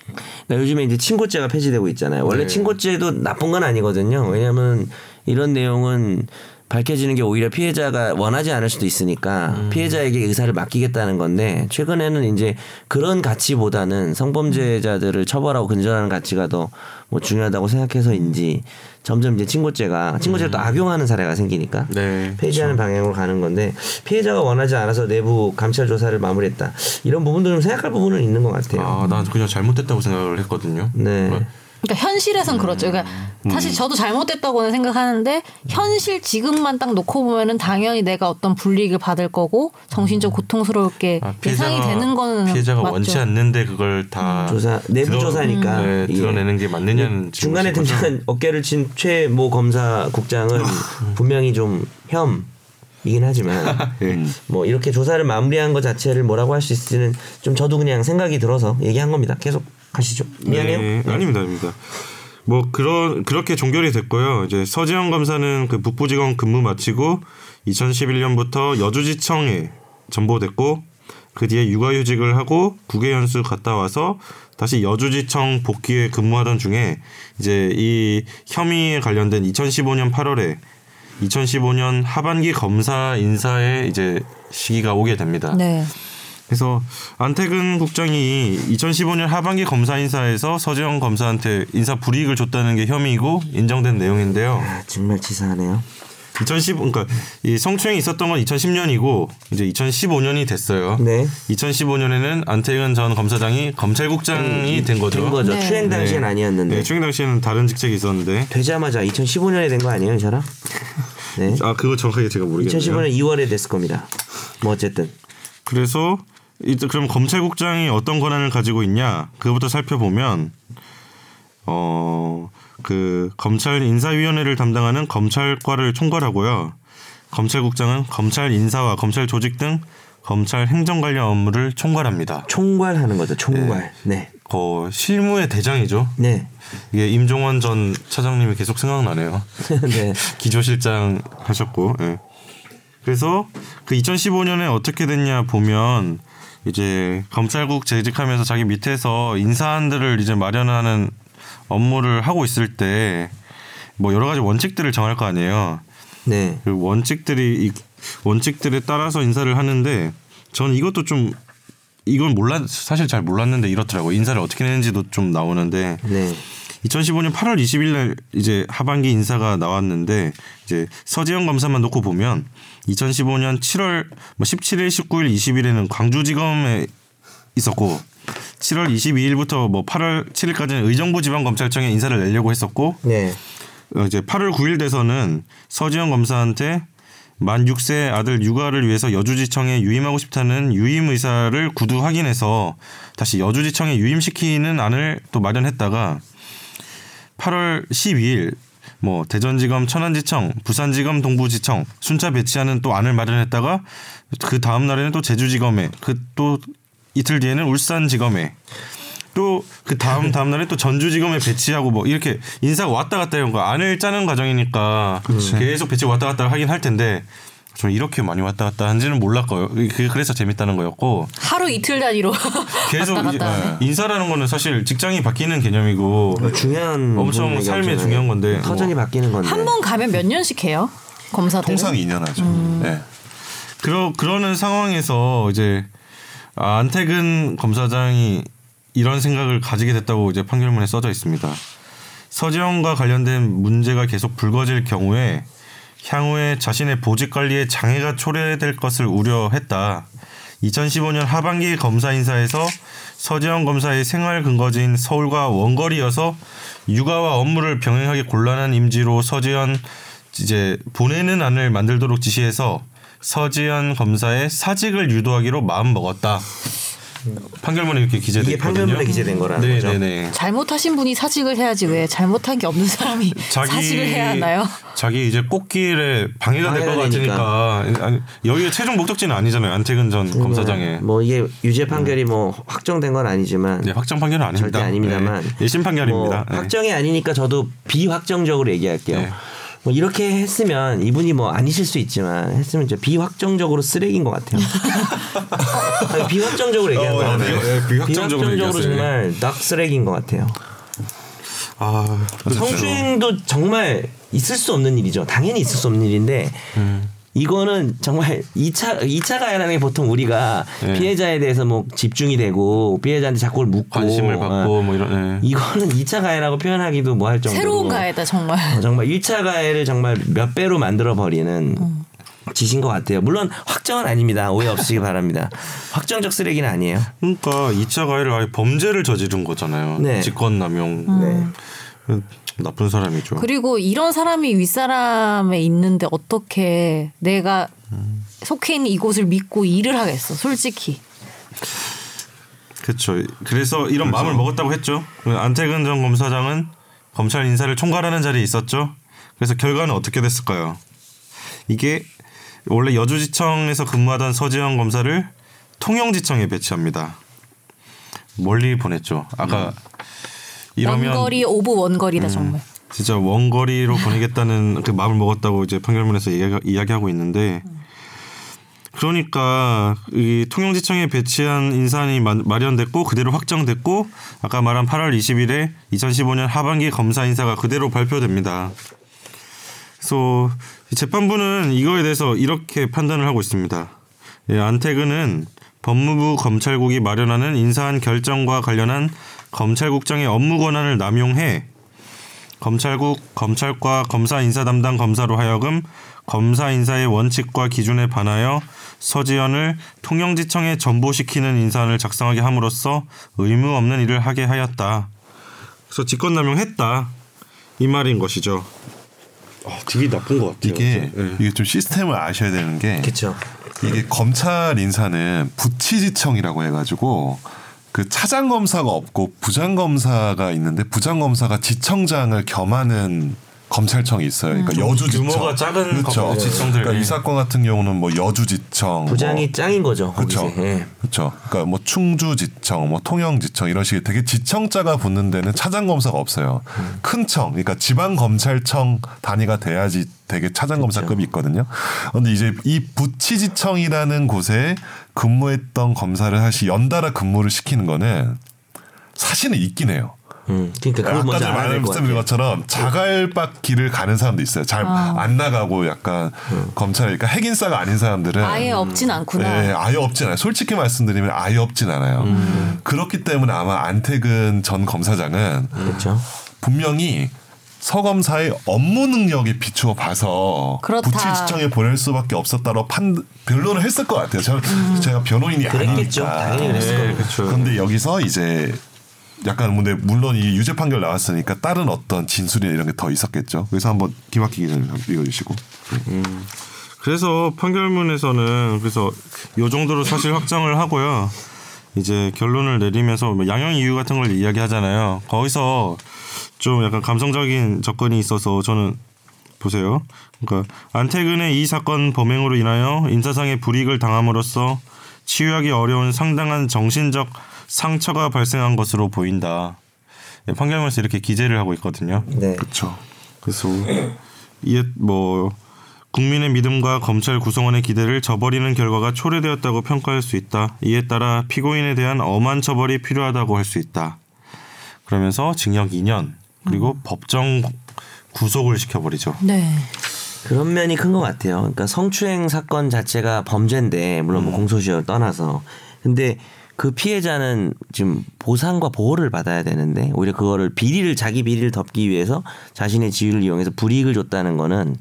B: 그러니까 요즘에 이제 친고죄가 폐지되고 있잖아요. 원래 친고죄도 나쁜 건 아니거든요. 왜냐하면 이런 내용은 밝혀지는 게 오히려 피해자가 원하지 않을 수도 있으니까 피해자에게 의사를 맡기겠다는 건데 최근에는 이제 그런 가치보다는 성범죄자들을 처벌하고 근절하는 가치가 더 뭐 중요하다고 생각해서인지 점점 이제 친고죄가 친고죄를 또 악용하는 사례가 생기니까
A: 네.
B: 폐지하는 방향으로 가는 건데 피해자가 원하지 않아서 내부 감찰 조사를 마무리했다 이런 부분도 좀 생각할 부분은 있는 것 같아요.
A: 아, 난 그냥 잘못됐다고 생각을 했거든요.
B: 네.
C: 그러니까 현실에선 그렇죠. 그러니까
A: 음.
C: 사실 저도 잘못됐다고는 생각하는데 현실 지금만 딱 놓고 보면은 당연히 내가 어떤 불이익을 받을 거고 정신적 고통스러울 게
A: 음. 아,
C: 예상이 되는 거는
A: 피해자가
C: 맞죠.
A: 원치 않는데 그걸 다
B: 조사 내부 조사니까
A: 네,
B: 이게.
A: 드러내는 게 맞느냐는 질문이신 거죠? 아, 네.
B: 중간에 등장한 어깨를 친 최 모 검사 국장은 분명히 좀 혐이긴 하지만
A: 예.
D: 음.
B: 뭐 이렇게 조사를 마무리한 것 자체를 뭐라고 할 수 있을지는 좀 저도 그냥 생각이 들어서 얘기한 겁니다. 계속 가시죠. 미안해요. 네.
A: 네, 아닙니다, 아닙니다. 뭐 그런 그렇게 종결이 됐고요. 이제 서지영 검사는 그 북부지검 근무 마치고 2011년부터 여주지청에 전보됐고 그 뒤에 육아휴직을 하고 국외연수 갔다 와서 다시 여주지청 복귀에 근무하던 중에 이제 이 혐의에 관련된 2015년 8월에 2015년 하반기 검사 인사에 이제 시기가 오게 됩니다.
C: 네.
A: 그래서 안태근 국장이 2015년 하반기 검사 인사에서 서재영 검사한테 인사 불이익을 줬다는 게 혐의이고 인정된 내용인데요.
B: 아, 정말 치사하네요.
A: 2015 그러니까 이 성추행이 있었던 건 2010년이고 이제 2015년이 됐어요.
B: 네.
A: 2015년에는 안태근 전 검사장이 검찰국장이 된 거죠.
B: 음, 된 거죠.
C: 네.
B: 추행 당시엔 아니었는데
A: 네, 추행 당시에는 다른 직책이 있었는데
B: 되자마자 2015년에 된 거 아니에요, 이 사람? 네.
A: 아 그거 정확하게 제가 모르겠네요.
B: 2015년 2월에 됐을 겁니다. 뭐 어쨌든
A: 그래서 이제 그럼 검찰국장이 어떤 권한을 가지고 있냐 그거부터 살펴보면 어 그 검찰 인사위원회를 담당하는 검찰과를 총괄하고요. 검찰국장은 검찰 인사와 검찰 조직 등 검찰 행정 관련 업무를 총괄합니다.
B: 총괄하는 거죠. 총괄. 네.
A: 어, 실무의 대장이죠.
B: 네.
A: 이게 임종원 전 차장님이 계속 생각나네요.
B: 네.
A: 기조실장 하셨고. 예. 그래서 그 2015년에 어떻게 됐냐 보면 이제 검찰국 재직하면서 자기 밑에서 인사안들을 이제 마련하는 업무를 하고 있을 때 뭐 여러 가지 원칙들을 정할 거 아니에요.
B: 네.
A: 그 원칙들이 이- 원칙들에 따라서 인사를 하는데 전 이것도 좀 이건 몰라 사실 잘 몰랐는데 이렇더라고 요 인사를 어떻게 내는지도 좀 나오는데
B: 네.
A: 2015년 8월 20일 날 이제 하반기 인사가 나왔는데 이제 서재영 검사만 놓고 보면 2015년 7월 뭐 17일, 19일, 20일에는 광주지검에 있었고 7월 22일부터 뭐 8월 7일까지는 의정부 지방검찰청에 인사를 내려고 했었고
B: 네.
A: 어, 이제 8월 9일 돼서는 서지영 검사한테 만 6세 아들 육아를 위해서 여주지청에 유임하고 싶다는 유임 의사를 구두 확인해서 다시 여주지청에 유임시키는 안을 또 마련했다가 8월 12일 뭐 대전지검 천안지청 부산지검 동부지청 순차 배치하는 또 안을 마련했다가 그 다음 날에는 또 제주지검에 그 또 이틀 뒤에는 울산지검에 또 그 다음 다음 날에 또 전주지검에 배치하고 뭐 이렇게 인사 가 왔다 갔다 이런 거 안을 짜는 과정이니까 계속 배치 왔다 갔다 하긴 할 텐데 저는 이렇게 많이 왔다 갔다 한지는 몰랐고요. 그게 그래서 재밌다는 거였고
C: 하루 이틀 단위로
A: 계속
C: 왔다
A: 이제
C: 갔다 하네.
A: 인사라는 거는 사실 직장이 바뀌는 개념이고
B: 뭐 중요한
A: 엄청
B: 부분이
A: 삶에
B: 없잖아요.
A: 중요한 건데. 뭐
B: 터전이 바뀌는 건데.
C: 한 번 가면 몇 년씩 해요? 검사들.
D: 통상 2년 하죠.
B: 음.
D: 네.
A: 그러 그러는 상황에서 이제 아, 안태근 검사장이 이런 생각을 가지게 됐다고 이제 판결문에 써져 있습니다. 서재원과 관련된 문제가 계속 불거질 경우에 향후에 자신의 보직 관리에 장애가 초래될 것을 우려했다. 2015년 하반기 검사 인사에서 서재원 검사의 생활 근거지인 서울과 원거리여서 육아와 업무를 병행하기 곤란한 임지로 서재현 이제 보내는 안을 만들도록 지시해서 서재현 검사의 사직을 유도하기로 마음 먹었다. 판결문에 이렇게 기재돼
B: 이게
A: 있거든요.
B: 판결문에 기재된 거라는
A: 네,
B: 거죠.
A: 네, 네.
C: 잘못하신 분이 사직을 해야지 왜 잘못한 게 없는 사람이 사직을 해야 하나요?
A: 자기 이제 꽃길에 방해가 될 것
B: 방해가
A: 같으니까 아니, 여기가 최종 목적지는 아니잖아요. 안태근 전 검사장의
B: 뭐 이게 유죄 판결이
A: 음.
B: 뭐 확정된 건 아니지만
A: 네, 확정 판결은 아닙니다.
B: 절대 아닙니다만
A: 네, 일심 판결입니다.
B: 뭐
A: 네.
B: 확정이 아니니까 저도 비확정적으로 얘기할게요.
A: 네.
B: 뭐 이렇게 했으면 이분이 뭐 아니실 수 있지만 했으면 이제 비확정적으로 쓰레기인 것 같아요. 아니, 비확정적으로 얘기한
A: 어,
B: 거예요.
A: 네, 네, 비확정적으로
B: 비확정적으로
A: 얘기했어요.
B: 정말 낙 쓰레기인 것 같아요.
A: 아,
B: 그렇죠. 성추행도 정말 있을 수 없는 일이죠. 당연히 있을 수 없는 일인데 이거는 정말 2차 2차 가해라는 게 보통 우리가
A: 네.
B: 피해자에 대해서 뭐 집중이 되고 피해자한테 자꾸 묻고
A: 관심을 받고
B: 어.
A: 뭐 이런. 네.
B: 이거는 2차 가해라고 표현하기도 뭐 할 정도로
C: 새로운 가해다 정말.
B: 어, 정말 1차 가해를 정말 몇 배로 만들어 버리는
C: 음.
B: 짓인 것 같아요. 물론 확정은 아닙니다. 오해 없으시기 바랍니다. 확정적 쓰레기는 아니에요.
A: 그러니까 2차 가해를 아예 범죄를 저지른 거잖아요.
B: 네.
A: 직권남용. 그 나쁜 사람이죠.
C: 그리고 이런 사람이 윗사람에 있는데 어떻게 내가 속해 있는 이곳을 믿고 일을 하겠어? 솔직히.
A: 그렇죠. 그래서 이런 마음을 먹었다고 했죠. 그 안태근 전 검사장은 검찰 인사를 총괄하는 자리에 있었죠. 그래서 결과는 어떻게 됐을까요? 이게 원래 여주지청에서 근무하던 서지영 검사를 음. 통영지청에 배치합니다. 멀리 보냈죠. 아까 이러면
C: 원거리 오브 원거리다 정말.
A: 진짜 원거리로 보내겠다는 그 마음을 먹었다고 이제 판결문에서 이야기, 하고 있는데 그러니까 이 통영지청에 배치한 인사안이 마- 마련됐고 그대로 확정됐고 아까 말한 8월 20일에 2015년 하반기 검사 인사가 그대로 발표됩니다. 그래서 이 재판부는 이거에 대해서 이렇게 판단을 하고 있습니다. 예, 안태근은 법무부 검찰국이 마련하는 인사안 결정과 관련한 검찰국장의 업무 권한을 남용해 검찰국 검찰과 검사 인사 담당 검사로 하여금 검사 인사의 원칙과 기준에 반하여 서지현을 통영지청에 전보시키는 인사안을 작성하게 함으로써 의무 없는 일을 하게 하였다. 그래서 직권남용했다 이 말인 것이죠. 아, 되게 나쁜 것 같아요.
D: 이게
A: 네.
D: 이게 좀 시스템을 아셔야 되는 게
B: 그렇죠.
D: 이게 검찰 인사는 부치지청이라고 해가지고 그 차장 검사가 없고 부장 검사가 있는데 부장 검사가 지청장을 겸하는 검찰청이 있어요. 그러니까
B: 음.
D: 여주지청.
A: 규모가 작은
D: 그렇죠.
A: 지청들.
D: 그러니까 이 사건 같은 경우는 뭐 여주지청,
B: 부장이
D: 뭐
B: 짱인 거죠.
D: 그렇죠.
B: 거기서. 예.
D: 그렇죠. 그러니까 뭐 충주지청, 뭐 통영지청 이런 식의 되게 지청자가 붙는 데는 차장 검사가 없어요. 큰 청, 그러니까 지방 검찰청 단위가 돼야지 되게 차장 검사급이 있거든요. 그런데 이제 이 부치지청이라는 곳에 근무했던 검사를 사실 연달아 근무를 시키는 거는 사실은 있긴 해요.
B: 음, 그러니까 그걸
D: 아까
B: 먼저
D: 전에
B: 알아야 될 것
D: 말씀드린
B: 같아요. 네.
D: 것처럼 자갈바퀴를 가는 사람도 있어요. 잘 안
C: 아.
D: 나가고 약간
B: 네.
D: 검찰, 그러니까 핵인싸가 아닌 사람들은
C: 아예 없진 않구나.
D: 네, 아예 없진 않아요. 솔직히 말씀드리면 아예 없진 않아요. 그렇기 때문에 아마 안태근 전 검사장은
B: 그렇죠.
D: 분명히 서검사의 업무 능력에 비추어 봐서
C: 그렇다.
D: 부치지청에 보낼 수밖에 없었다로 판 변론을 했을 것 같아요. 저는 제가 변호인이
B: 그랬겠죠.
D: 아니니까.
B: 당연히 그랬을
A: 네,
B: 거예요.
A: 그렇죠.
D: 그런데 여기서 이제 약간 근데 물론 이 유죄 판결 나왔으니까 다른 어떤 진술이나 이런 게 더 있었겠죠. 그래서 한번 김학기 기자님 한번 읽어주시고.
A: 그래서 판결문에서는 그래서 요 정도로 사실 확정을 하고요. 이제 결론을 내리면서 뭐 양형 이유 같은 걸 이야기하잖아요. 거기서 좀 약간 감성적인 접근이 있어서 저는 보세요. 그러니까 안태근의 이 사건 범행으로 인하여 인사상의 불이익을 당함으로써 치유하기 어려운 상당한 정신적 상처가 발생한 것으로 보인다. 예, 판결문에서 이렇게 기재를 하고 있거든요.
B: 네.
D: 그렇죠.
A: 그래서 이에 뭐 국민의 믿음과 검찰 구성원의 기대를 저버리는 결과가 초래되었다고 평가할 수 있다. 이에 따라 피고인에 대한 엄한 처벌이 필요하다고 할 수 있다. 그러면서 징역 2년 그리고
C: 음.
A: 법정 구속을 시켜버리죠.
C: 네.
B: 그런 면이 큰 것 같아요. 그러니까 성추행 사건 자체가 범죄인데 물론 뭐 공소시효를 떠나서 근데 그 피해자는 지금 보상과 보호를 받아야 되는데 오히려 그거를 비리를 자기 비리를 덮기 위해서 자신의 지위를 이용해서 불이익을 줬다는 거는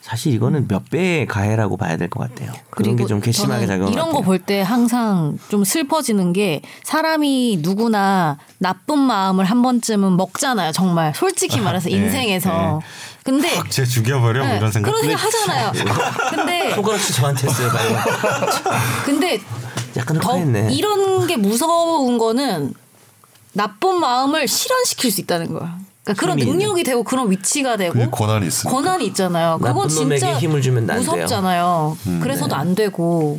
B: 사실 이거는 몇 배의 가해라고 봐야 될 것 같아요. 그런 게 좀 괘씸하게
C: 저는
B: 작용하고
C: 이런 거 볼 때 항상 좀 슬퍼지는 게 사람이 누구나 나쁜 마음을 한 번쯤은 먹잖아요. 정말 솔직히 말해서
A: 네,
C: 인생에서. 근데
A: 제 죽여버려 뭐
C: 네,
A: 이런 생각.
C: 그런
A: 근데
C: 생각 하잖아요. 근데
B: 손가락질 저한테 했어요. 방금.
C: 근데
B: 약간
C: 더
B: 화냈네.
C: 이런 게 무서운 거는 나쁜 마음을 실현시킬 수 있다는 거야. 그러니까 그런
B: 힘이 있네.
C: 능력이 되고 그런 위치가
D: 그게
C: 되고
D: 권한이 있습니다.
C: 어? 권한이 있잖아요. 그건
B: 나쁜
C: 진짜
B: 놈에게 힘을 주면 안 돼요. 네.
C: 무섭잖아요.
D: 음.
C: 그래서도 안 되고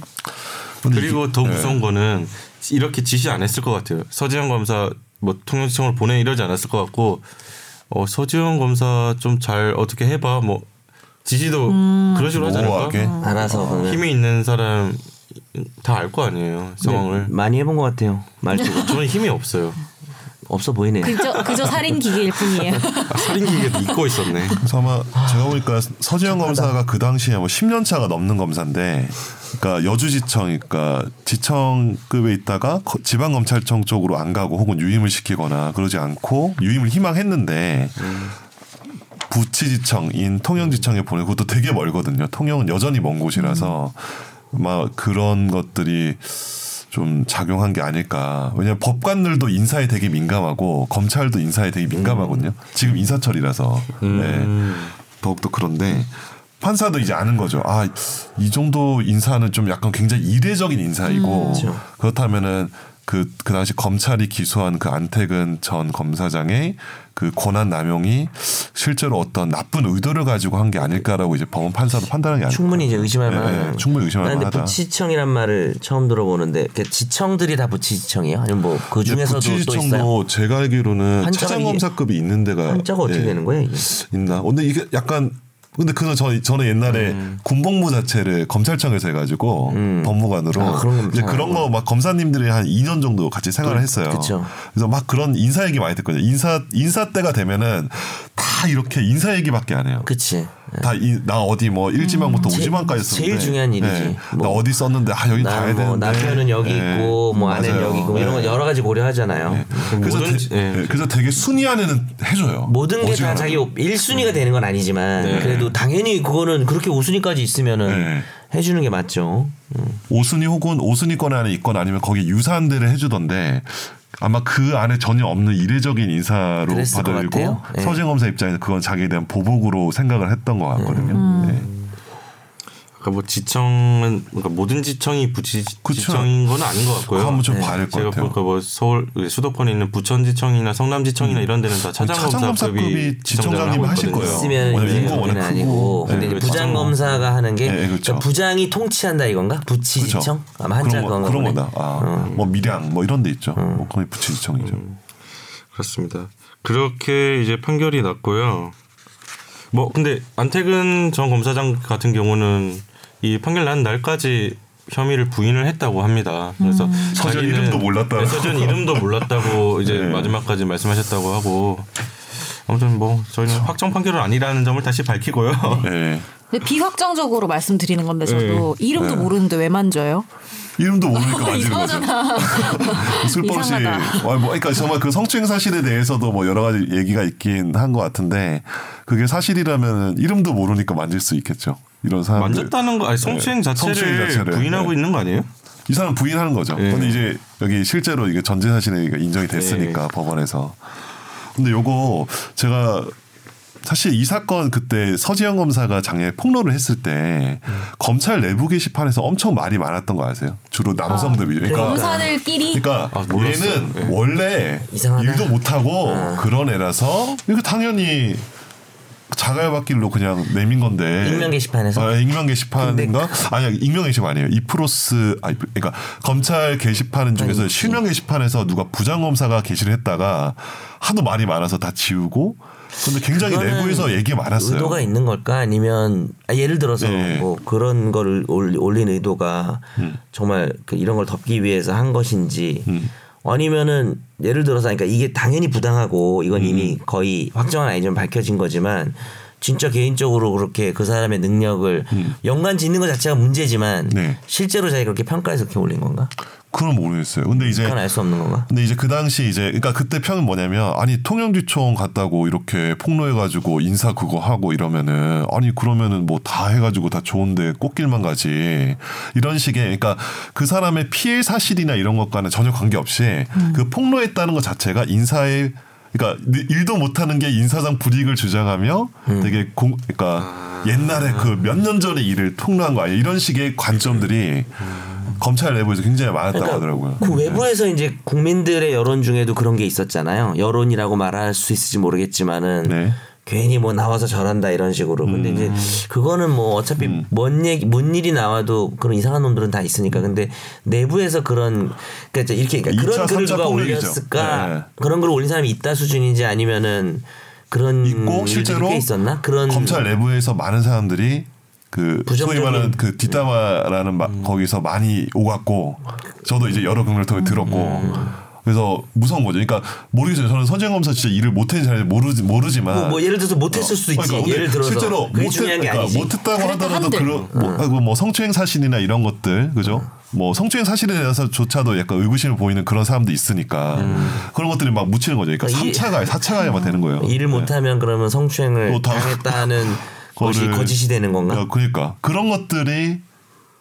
A: 그리고
D: 예,
A: 더 무서운 거는 이렇게 지시 안 했을 것 같아요. 서지현 검사 뭐 통영지청으로 보내 이러지 않았을 것 같고 어, 서지현 검사 좀 잘 어떻게 해봐 뭐 지시도 그런 식으로 하지 않을까? 네.
D: 모호하게.
B: 알아서 네, 그러면.
A: 힘이 있는 사람 다 알 거 아니에요 상황을.
B: 많이 해본 것 같아요. 말투가
A: 저는 힘이 없어요.
B: 없어 보이네요.
C: 그저 그저 살인 기계일 뿐이에요.
A: 아, 살인기계도 잊고 있었네.
D: 그래서 아마 제가 보니까 서지영 검사가 그 당시에 뭐 10년 차가 넘는 검사인데, 그러니까 여주지청, 그러니까 지청급에 있다가 거- 지방검찰청 쪽으로 안 가고 혹은 유임을 시키거나 그러지 않고 유임을 희망했는데 부치지청인 통영지청에 보내고 그것도 되게 멀거든요. 통영은 여전히 먼 곳이라서 아마 그런 것들이 좀 작용한 게 아닐까. 왜냐면 법관들도 인사에 되게 민감하고 검찰도 인사에 되게 민감하거든요. 지금 인사철이라서 네. 더욱더 그런데 판사도 이제 아는 거죠. 아, 이 정도 인사는 좀 약간 굉장히 이례적인 인사이고 그렇다면은 그, 그 당시 검찰이 기소한 그 안태근 전 검사장의 그 권한 남용이 실제로 어떤 나쁜 의도를 가지고 한 게 아닐까라고 이제 법원 판사로 판단한 게 아닐까.
B: 충분히 이제 의심할
D: 예,
B: 만한.
D: 예, 충분히 의심할
B: 나는 근데
D: 만하다.
B: 부치지청이란 말을 처음 들어보는데 그 지청들이 다 부치지청이에요? 아니면 뭐 그
D: 근데
B: 중에서도 또 있어요?
D: 부치지청도 뭐 제가 알기로는
B: 한자가
D: 차장검사급이 있는 데가
B: 한자가 어떻게
D: 예,
B: 되는 거예요? 이게?
D: 있나? 근데 이게 약간 근데 그는 저 저는 옛날에
B: 음.
D: 군복무 자체를 검찰청에서 해가지고 법무관으로
B: 아, 그런 거
D: 이제
B: 잘
D: 그런 거 막 검사님들이 한 2년 정도 같이 생활을 했어요.
B: 그쵸.
D: 그래서 막 그런 인사 얘기 많이 듣거든요. 인사 인사 때가 되면은 다 이렇게 인사 얘기밖에 안 해요.
B: 그치. 음,
D: 다 나 어디 뭐 1지망부터 오 5지망까지 썼는데 네.
B: 제일 중요한 일이지.
D: 나
B: 뭐.
D: 어디 썼는데 아 여기 다 해야
B: 나는 뭐
D: 되는데
B: 남편은 여기
D: 예.
B: 있고 뭐 아내는
D: 맞아요.
B: 여기 있고 이런 건
D: 예.
B: 여러 가지 고려하잖아요.
D: 그래서,
A: 모든-
D: 되,
A: 예.
D: 예, 그래서 되게 순위 안에는 해줘요.
B: 모든 게 다
D: 어지간하면.
B: 자기
D: 음.
B: 1순위가 되는 건 아니지만 그래도 당연히 그거는 그렇게 5순위까지 있으면은
D: 네.
B: 해주는 게 맞죠. 음.
D: 5순위 혹은 5순위권 안에 있건 아니면 거기 유사한 데를 해주던데 아마 그 안에 전혀 없는 이례적인 인사로
B: 그랬을 것
D: 받아들고
B: 같아요. 예.
D: 서진 검사 입장에서 그건 자기에 대한 보복으로 생각을 했던 것 같거든요.
B: 음.
D: 예.
A: 그러니까 뭐 지청은 그러니까 모든 지청이 부지
D: 그쵸.
A: 지청인 건 아닌 것 같고요. 네.
D: 그거 한번 좀 봐야 될것
A: 제가
D: 같아요.
A: 보니까 뭐 서울 수도권에 있는 부천지청이나 성남지청이나 이런 데는 다
D: 음. 차장검사급이
A: 차장검사급이
D: 지청장님이 하실
A: 하고 있거든요.
D: 거예요.
B: 있으면
D: 왜냐면
B: 이제
D: 인구가 워낙
B: 여기는
D: 크고.
B: 아니고
D: 네,
B: 근데 이제
A: 그렇죠.
B: 부장 검사가 하는 게
D: 네, 그렇죠.
B: 그러니까 부장이 통치한다 이건가?
D: 그쵸?
B: 부치지청? 아마 한자
D: 그렇죠. 그런 거
B: 그건가
D: 그런
B: 보네. 음.
D: 거다. 아, 뭐 밀양 뭐 이런 데 있죠. 뭐 거의 부치지청이죠.
A: 그렇습니다. 그렇게 이제 판결이 났고요. 뭐 근데 안태근 전 검사장 같은 경우는 이 판결 난 날까지 혐의를 부인을 했다고 합니다. 그래서
D: 서전
A: 자기는-
D: 이름도 몰랐다고.
A: 네, 서전 이름도 몰랐다고 이제
D: 네.
A: 마지막까지 말씀하셨다고 하고 아무튼 뭐 저희는 확정 판결은 아니라는 점을 다시 밝히고요.
D: 예.
C: 근데 비확정적으로 말씀드리는 건데 저도 이름도 모르는데 왜 만져요?
D: 이름도 모르니까 만지는 거죠.
C: 이상하잖아.
D: 술버릇이
C: 이상하다.
D: 와, 뭐, 그러니까 정말 그 성추행 사실에 대해서도 뭐 여러 가지 얘기가 있긴 한 것 같은데 그게 사실이라면 이름도 모르니까 만질 수 있겠죠. 이런 사람
A: 만졌다는 거 아니 성추행 자체를,
D: 네. 성추행 자체를.
A: 부인하고
D: 네.
A: 있는 거 아니에요?
D: 이 사람 부인하는 거죠.
A: 예.
D: 근데 이제 여기 실제로 이게 전제 사실에 인정이
A: 예.
D: 됐으니까 법원에서. 근데 요거 제가 사실 이 사건 그때 서지영 검사가 작년에 폭로를 했을 때
A: 음.
D: 검찰 내부 게시판에서 엄청 말이 많았던 거 아세요? 주로 그러니까 남성들 위주.
C: 검사들끼리
D: 그러니까
A: 아, 몰랐어요.
D: 얘는
A: 예.
D: 원래
B: 이상하다. 아.
D: 일도 못하고 그런 애라서 이거 당연히 자갈밭길로 그냥 내민 건데
B: 익명 게시판에서?
D: 아, 익명 게시판인가 아니야 익명 게시판 아니에요 이프로스 아 그러니까 검찰 게시판 중에서 실명 게시판에서 누가 부장검사가 게시를 했다가 하도 말이 많아서 다 지우고 근데 굉장히
B: 그거는
D: 내부에서 얘기 많았어요
B: 의도가 있는 걸까? 아니면 아, 예를 들어서
D: 네. 음.
B: 뭐 그런 거를 올- 올린 의도가 정말 그 이런 걸 덮기 위해서 한 것인지 아니면은 예를 들어서 그러니까 이게 당연히 부당하고 이건
D: 음.
B: 이미 거의 확정은 아니지만 밝혀진 거지만 진짜 개인적으로 그렇게 그 사람의 능력을 연관 짓는 것 자체가 문제지만
D: 음. 네.
B: 실제로 자기가 그렇게 평가해서 그렇게 올린 건가?
D: 그건 모르겠어요 근데 이제
B: 그건 알 수 없는 건가?
D: 근데 이제 그 당시 이제 그러니까 그때 평은 뭐냐면 아니 통영지총 갔다고 이렇게 폭로해가지고 인사 그거 하고 이러면은 아니 그러면은 뭐 다 해가지고 다 좋은데 꽃길만 가지 이런 식의 그러니까 그 사람의 피해 사실이나 이런 것과는 전혀 관계없이 그 폭로했다는 것 자체가 인사의 그러니까 일도 못하는 게 인사상 불이익을 주장하며
B: 음.
D: 되게 공 그러니까
B: 아.
D: 옛날에 그 몇 년 전의 일을 폭로한 거 아니에요 이런 식의 관점들이 검찰 내부에서 굉장히 많았다고 하더라고요.
B: 음. 그 외부에서 이제 국민들의 여론 중에도 그런 게 있었잖아요. 여론이라고 말할 수 있을지 모르겠지만은
D: 네. 음.
B: 괜히 뭐 나와서 저런다 이런 식으로. 근데 이제 그거는 뭐 어차피 뭔 얘기, 뭔 일이 나와도 그런 이상한 놈들은 다 있으니까. 근데 내부에서 그런 그러니까 이제 이렇게 그러니까 그런
D: 2차,
B: 글을
D: 3차
B: 누가
D: 폭력이죠.
B: 올렸을까?
D: 네.
B: 그런 글을 올린 사람이 있다 수준인지 아니면은 그런
D: 있고
B: 음, 일들이
D: 실제로
B: 꽤 있었나? 그런
D: 검찰 내부에서 많은 사람들이 그 소위
B: 부정적인- 음.
D: 말하는 그 뒷담화라는 마- 거기서 많이 오갔고 저도 이제 여러 경로를 통해 들었고
B: 음,
D: 그래서 무서운 거죠. 그러니까 모르겠어요. 저는 선재 검사 진짜 일을 못했는지 잘 모르지 모르지만
B: 뭐, 뭐 예를 들어서 못했을 수도 있지.
D: 그러니까 근데
B: 예를 들어서
D: 실제로
B: 그게
D: 못했-
B: 중요한 게
D: 그러니까
B: 아니지. 음.
D: 못했다고
C: 그래도
D: 하더라도
C: 한들.
D: 그런 뭐, 아이고 뭐 성추행 사실이나 이런 것들 그죠? 뭐 성추행 사실에 대해서조차도 약간 의구심을 보이는 그런 사람도 있으니까 그런 것들이 막 묻히는 거죠.
B: 음.
D: 그러니까
B: 그러니까 이-
D: 3차가 4차가 막 되는 거예요.
B: 뭐 일을
D: 네.
B: 못하면 그러면 성추행을
D: 또 다-
B: 당했다는 것이
D: 거를-
B: 거짓이 되는 건가?
D: 야, 그러니까 그런 것들이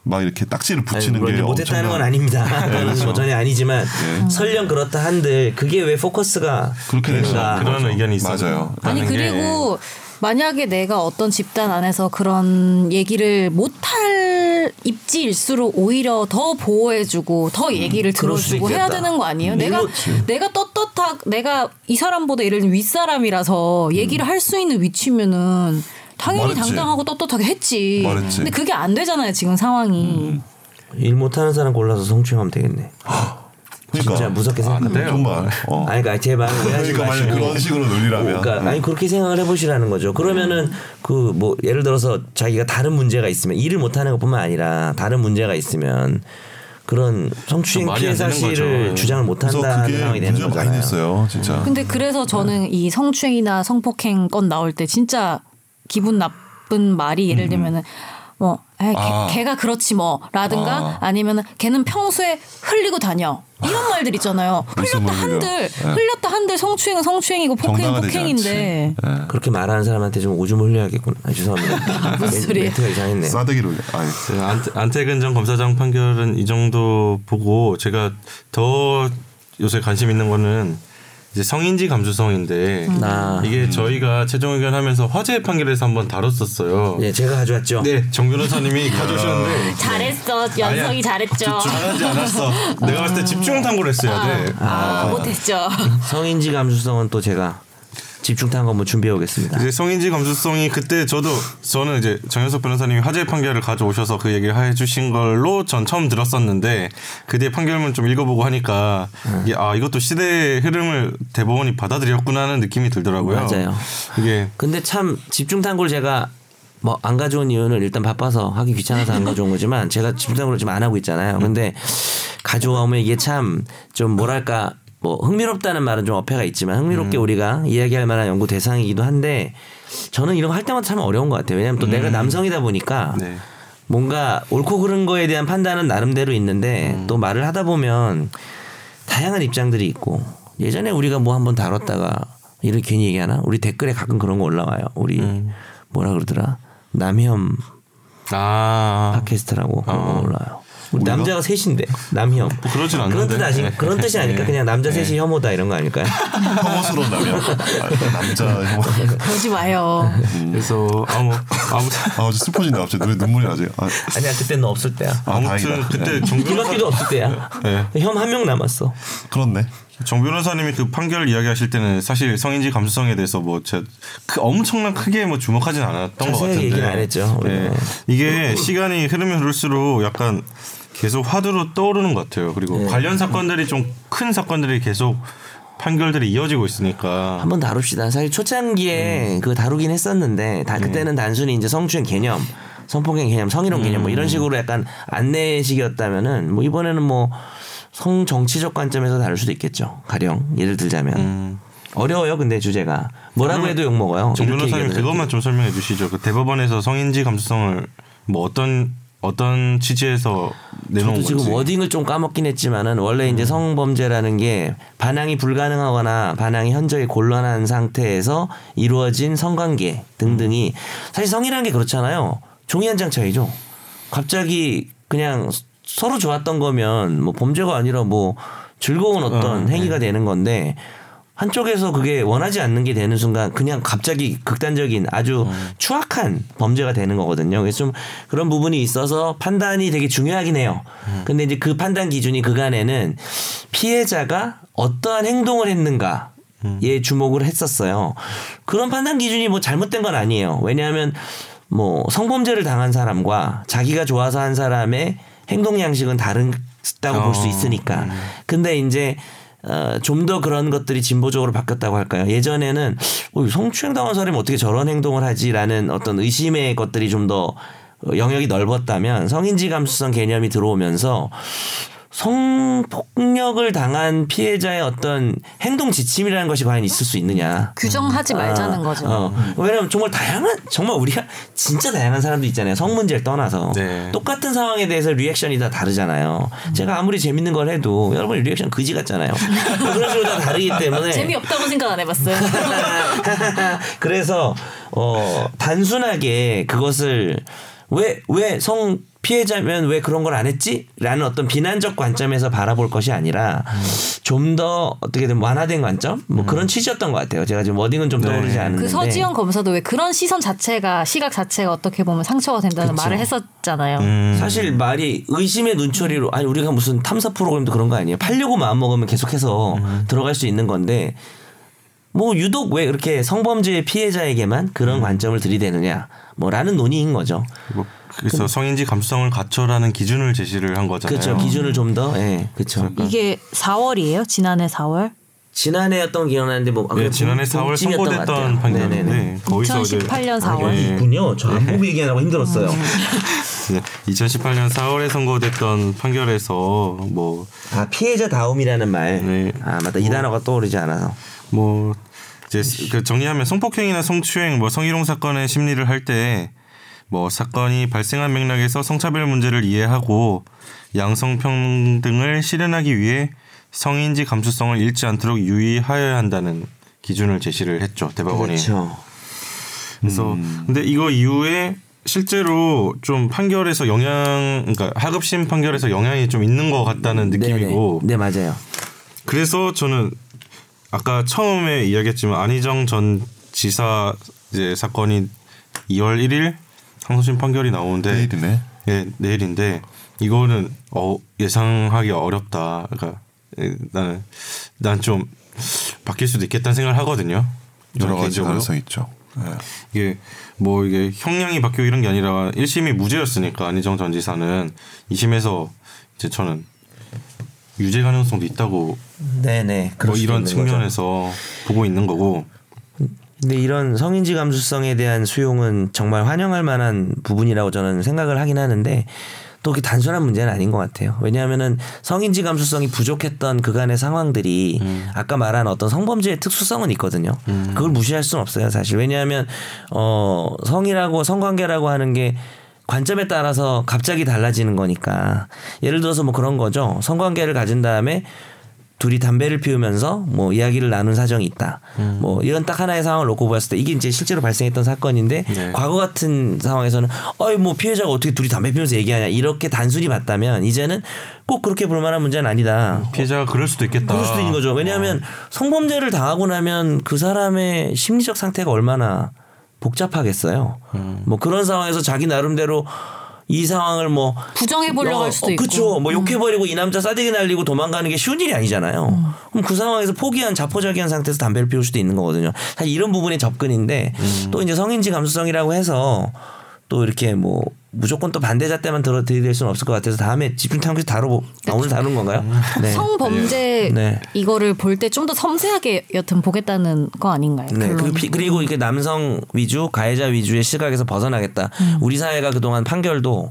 D: 막 이렇게 딱지를
B: 아니,
D: 붙이는
B: 물론
D: 게
B: 이제 못했다는
D: 엄청난- 네,
B: 건
D: 그렇죠.
B: 아닙니다. 그건 뭐 전혀 아니지만 설령 그렇다 한들 그게 왜 포커스가
D: 아, 그렇게 되죠.
B: 되는가?
A: 그런 의견이 있어요.
D: 맞아요.
C: 아니 그리고 만약에 내가 어떤 집단 안에서 그런 얘기를 못할 차별 입지일수록 오히려 더 보호해주고 더 얘기를
B: 그럴 수
C: 들어주고 해야
B: 있겠다.
C: 되는 거 아니에요?
B: 음,
C: 내가
B: 그렇지.
C: 내가 떳떳하 내가 이 사람보다 예를 들면 윗사람이라서 얘기를 할 수 있는 위치면은 당연히
D: 말했지.
C: 당당하고 떳떳하게 했지.
D: 말했지.
C: 근데 그게 안 되잖아요 지금 상황이.
B: 일 못하는 사람 골라서 성추행하면 되겠네.
D: 그러니까
B: 진짜 무섭게 생각한다.
A: 돼요.
D: 정말. 어.
B: 아니 그러니까 제 말은 오해하지
D: 그러니까 만약
B: 마시고.
D: 그런 식으로 논리라면
B: 그러니까 아니 그렇게 생각을 해보시라는 거죠. 그러면은 그 뭐 예를 들어서 자기가 다른 문제가 있으면 일을 못하는 것뿐만 아니라 다른 문제가 있으면 그런
A: 좀
B: 성추행
A: 말이
B: 피해
A: 안 되는
B: 사실을
A: 거죠.
B: 주장을
D: 그래서
B: 못한다는
D: 그게
B: 상황이 되는
D: 문제가
B: 거잖아요.
D: 많이 됐어요, 진짜.
C: 근데 그래서
D: 네.
C: 저는 이 성추행이나 성폭행 건 나올 때 진짜 기분 나쁜 말이 예를 들면은 뭐 에이, 걔,
D: 음. 아.
C: 걔가 그렇지 뭐라든가 아. 니면은 걔는 평소에 흘리고 다녀 이런 말들 있잖아요.
D: 아. 무슨
C: 흘렸다
D: 말이죠?
C: 한들
D: 예.
C: 흘렸다 한들 성추행은 성추행이고 폭행은
D: 정당화되지 예.
C: 폭행인데
D: 않지.
B: 그렇게 말하는 사람한테 좀 오줌 흘려야겠구나. 아, 죄송합니다.
C: 무슨
B: 멘-
C: 소리예요?
B: 멘트가
D: 예.
B: 이상했네요.
D: 싸대기로 올려. 아니
A: 네, 안- 안태근전 검사장 판결은 이 정도 보고 제가 더 요새 관심 있는 거는 이제 성인지 감수성인데
B: 아,
A: 이게 저희가 최종 의견 하면서 화재 판결에서 한번 다뤘었어요.
B: 예, 아. 제가 가져왔죠.
A: 네, 정 변호사님이 가져오셨는데
C: 잘했어
A: 아니야.
C: 잘했죠.
A: 집중하지 않았어. 내가 봤을 때 집중 탐구를 했어야 돼.
C: 아, 못했죠.
B: 성인지 감수성은 또 제가 집중탄 한번 준비해 오겠습니다.
A: 이제 성인지 감수성이 그때 저도 저는 이제 정현석 변호사님이 화재 판결을 가져오셔서 그 얘기를 해주신 걸로 전 처음 들었었는데 그 뒤에 판결문 좀 읽어보고 하니까 이게 아 이것도 시대의 흐름을 대법원이 받아들였구나 하는 느낌이 들더라고요.
B: 맞아요.
A: 이게
B: 근데 참 집중탐구를 제가 뭐 안 가져온 이유는 일단 바빠서 하기 귀찮아서 안 가져온 거지만 제가 집중탐구를 지금 안 하고 있잖아요. 근데 가져오면 이게 참 좀 뭐랄까 뭐 흥미롭다는 말은 좀 어폐가 있지만 흥미롭게 우리가 이야기할 만한 연구 대상이기도 한데 저는 이런 거 할 때마다 참 어려운 것 같아요. 왜냐하면 또 내가 남성이다 보니까
A: 네.
B: 뭔가 옳고 그른 거에 대한 판단은 나름대로 있는데
A: 음.
B: 또 말을 하다 보면 다양한 입장들이 있고 예전에 우리가 뭐 한번 다뤘다가 이를 괜히 얘기하나 우리 댓글에 가끔 그런 거 올라와요 우리
A: 음.
B: 뭐라 그러더라 남혐
A: 어. 아
B: 팟캐스트라고 그런 거 올라와요 우리 남자가 셋인데 남혐
A: 그러진
B: 그런 뜻
A: 않는데.
B: 아시
A: 예.
B: 그런 뜻이 아닐까 그냥 남자 셋이 혐오다 이런 거 아닐까요
D: 혐오스러운 남자. 아, 남자 혐오.
C: 그러지 마요.
A: 그래서 아무 아무튼
D: 아, 어제 슬퍼진다 갑자기 눈에 눈물이 나지. 아,
B: 아니야 그때는 없을 때야
D: 아
A: 아무튼 예.
D: 다행이다.
A: 그때
D: 네.
A: 정 변호사
B: 이밖에도 없을 때야 혐 한 명 남았어
D: 그렇네.
A: 정 변호사님이 그 판결 이야기하실 때는 사실 성인지 감수성에 대해서 뭐 제가 그 엄청난 크게 뭐 주목하진 않았던 것
B: 자세하게
A: 같은데 네.
B: 얘기는 안 했죠, 네. 우리는.
A: 이게 시간이 흐르면 흐를수록 약간 계속 화두로 떠오르는 것 같아요. 그리고
B: 네.
A: 관련 사건들이 좀 큰 사건들이 계속 판결들이 이어지고 있으니까
B: 한번 다룹시다. 사실
A: 음.
B: 초창기에 그거 다루긴 했었는데 다 그때는 단순히 이제 성추행 개념, 성폭행 개념, 성희롱
A: 음.
B: 개념 뭐 이런 식으로 약간 안내식이었다면은 뭐 이번에는 뭐 성 정치적 관점에서 다룰 수도 있겠죠. 가령 예를 들자면 어려워요. 근데 주제가 뭐라고 해도 욕 먹어요.
A: 음. 정 변호사님
B: 거
A: 그것만 좀 설명해 주시죠. 그 대법원에서 성인지 감수성을 뭐 어떤 어떤 취지에서 내놓은
B: 저도
A: 건지. 음.
B: 지금 뭐 워딩을 좀 까먹긴 했지만은 원래 이제 성범죄라는 게 반항이 불가능하거나 반항이 현저히 곤란한 상태에서 이루어진 성관계 등등이
A: 음.
B: 사실 성이라는 게 그렇잖아요. 종이 한 장 차이죠. 갑자기 그냥 서로 좋았던 거면 뭐 범죄가 아니라 뭐 즐거운 어떤
A: 네.
B: 행위가 되는 건데 한쪽에서 그게 원하지 않는 게 되는 순간 그냥 갑자기 극단적인 아주 추악한 범죄가 되는 거거든요. 그래서 좀 그런 부분이 있어서 판단이 되게 중요하긴 해요. 근데 이제 그 판단 기준이 그간에는 피해자가 어떠한 행동을 했는가 에 예, 주목을 했었어요. 그런 판단 기준이 뭐 잘못된 건 아니에요. 왜냐하면 뭐 성범죄를 당한 사람과 자기가 좋아서 한 사람의 행동 양식은 다르다고 볼 수
A: 어.
B: 있으니까. 근데 이제 어, 좀 더 그런 것들이 진보적으로 바뀌었다고 할까요? 예전에는 어, 성추행 당한 사람이 어떻게 저런 행동을 하지라는 어떤 의심의 것들이 좀 더 영역이 넓었다면 성인지 감수성 개념이 들어오면서 성폭력을 당한 피해자의 어떤 행동 지침이라는 것이 과연 있을 수 있느냐.
C: 규정하지 말자는
B: 아,
C: 거죠.
B: 어. 왜냐면 정말 다양한 정말 우리가 진짜 다양한 사람도 있잖아요. 성 문제를 떠나서
A: 네.
B: 똑같은 상황에 대해서 리액션이 다 다르잖아요. 제가 아무리 재밌는 걸 해도 여러분 리액션 그지 같잖아요. 그런 식으로 다 다르기 때문에
C: 재미없다고 생각 안 해봤어요.
B: 그래서 어 단순하게 그것을 왜 왜 성 피해자면 왜 그런 걸 안 했지? 라는 어떤 비난적 관점에서 바라볼 것이 아니라 좀 더 어떻게든 완화된 관점? 뭐 그런 취지였던 것 같아요. 제가 지금 워딩은 좀 떠오르지 않는데.
C: 음. 그 서지영 검사도 왜 그런 시선 자체가 시각 자체가 어떻게 보면 상처가 된다는 말을 했었잖아요.
B: 음. 사실 말이 의심의 눈초리로 아니 우리가 무슨 탐사 프로그램도 그런 거 아니에요. 팔려고 마음 먹으면 계속해서
C: 음.
B: 들어갈 수 있는 건데 뭐 유독 왜 이렇게 성범죄 피해자에게만 그런
C: 음.
B: 관점을 들이대느냐 뭐라는 논의인 거죠.
A: 뭐 그래서 성인지 감수성을 갖춰라는 기준을 제시를 한 거잖아요. 네,
B: 그렇죠. 기준을 좀 더 예. 그렇죠.
C: 이게 4월이에요? 지난해 4월?
B: 지난해였던 기억나는데 뭐 아,
A: 예,
B: 그래,
A: 지난해
B: 봄-
A: 4월
B: 봄쯤이었던 것
A: 선고됐던
B: 같아요. 네네네.
A: 판결인데 거기서 이제
C: 2018년 4월.
A: 예.
B: 있군요. 저 안 보고 얘기하라고 힘들었어요.
A: 네. 2018년 4월에 선고됐던 판결에서 뭐
B: 아 피해자 다움이라는 말.
A: 네.
B: 아 맞다 이 단어가 떠오르지 않아서.
A: 뭐 이제 그 정리하면 성폭행이나 성추행, 뭐 성희롱 사건의 심리를 할 때 뭐 사건이 발생한 맥락에서 성차별 문제를 이해하고 양성평등을 실현하기 위해 성인지 감수성을 잃지 않도록 유의하여야 한다는 기준을 제시를 했죠 대법원이.
B: 그렇죠.
A: 그래서
D: 음.
A: 근데 이거 이후에 실제로 좀 판결에서 영향, 그러니까 하급심 판결에서 영향이 좀 있는 것 같다는 느낌이고
B: 네네. 네 맞아요.
A: 그래서 저는 아까 처음에 이야기했지만 안희정 전 지사 이제 사건이 2월 1일 항소심 판결이 나오는데
D: 내일이네.
A: 예, 내일인데 이거는 어, 예상하기 어렵다. 그러니까 예, 나는 난 좀 바뀔 수도 있겠다는 생각을 하거든요.
D: 여러
A: 저는
D: 가지
A: 개인적으로.
D: 가능성 이 있죠. 예.
A: 이게 뭐 이게 형량이 바뀌고 이런 게 아니라 1심이 무죄였으니까 안희정 전 지사는 2심에서 이제 저는 유죄 가능성도 있다고
B: 네네. 그럴
A: 뭐
B: 수도
A: 이런
B: 있는 거죠.
A: 측면에서 보고 있는 거고
B: 근데 이런 성인지 감수성에 대한 수용은 정말 환영할 만한 부분이라고 저는 생각을 하긴 하는데 또 그게 단순한 문제는 아닌 것 같아요. 왜냐하면은 성인지 감수성이 부족했던 그간의 상황들이 아까 말한 어떤 성범죄의 특수성은 있거든요. 그걸 무시할 수는 없어요, 사실. 왜냐하면 어 성이라고 성관계라고 하는 게 관점에 따라서 갑자기 달라지는 거니까 예를 들어서 뭐 그런 거죠. 성관계를 가진 다음에 둘이 담배를 피우면서 뭐 이야기를 나눈 사정이 있다. 뭐 이런 딱 하나의 상황을 놓고 봤을 때 이게 이제 실제로 발생했던 사건인데
A: 네.
B: 과거 같은 상황에서는 어이 뭐 피해자가 어떻게 둘이 담배 피우면서 얘기하냐 이렇게 단순히 봤다면 이제는 꼭 그렇게 볼 만한 문제는 아니다.
A: 피해자가 그럴 수도 있겠다. 어.
B: 그럴 수도 있는 거죠. 왜냐하면 성범죄를 당하고 나면 그 사람의 심리적 상태가 얼마나 복잡하겠어요.
A: 음.
B: 뭐 그런 상황에서 자기 나름대로 이 상황을 뭐
C: 부정해 보려고 할 수도 있고. 음.
B: 그쵸. 뭐 욕해버리고 이 남자 싸대기 날리고 도망가는 게 쉬운 일이 아니잖아요.
C: 음.
B: 그럼 그 상황에서 포기한 자포자기한 상태에서 담배를 피울 수도 있는 거거든요. 사실 이런 부분의 접근인데
A: 음.
B: 또 이제 성인지 감수성이라고 해서 또 이렇게 뭐 무조건 또 반대자 때만 들어드릴 수는 없을 것 같아서 다음에 집중 탐구 다뤄보 아, 오늘 다룬 건가요? 네.
C: 음. 성범죄
B: 네.
C: 이거를 볼 때 좀 더 섬세하게 여튼 보겠다는 거 아닌가요?
B: 네.
C: 결론은?
B: 그리고, 피- 그리고 이렇게 남성 위주, 가해자 위주의 시각에서 벗어나겠다. 우리 사회가 그동안 판결도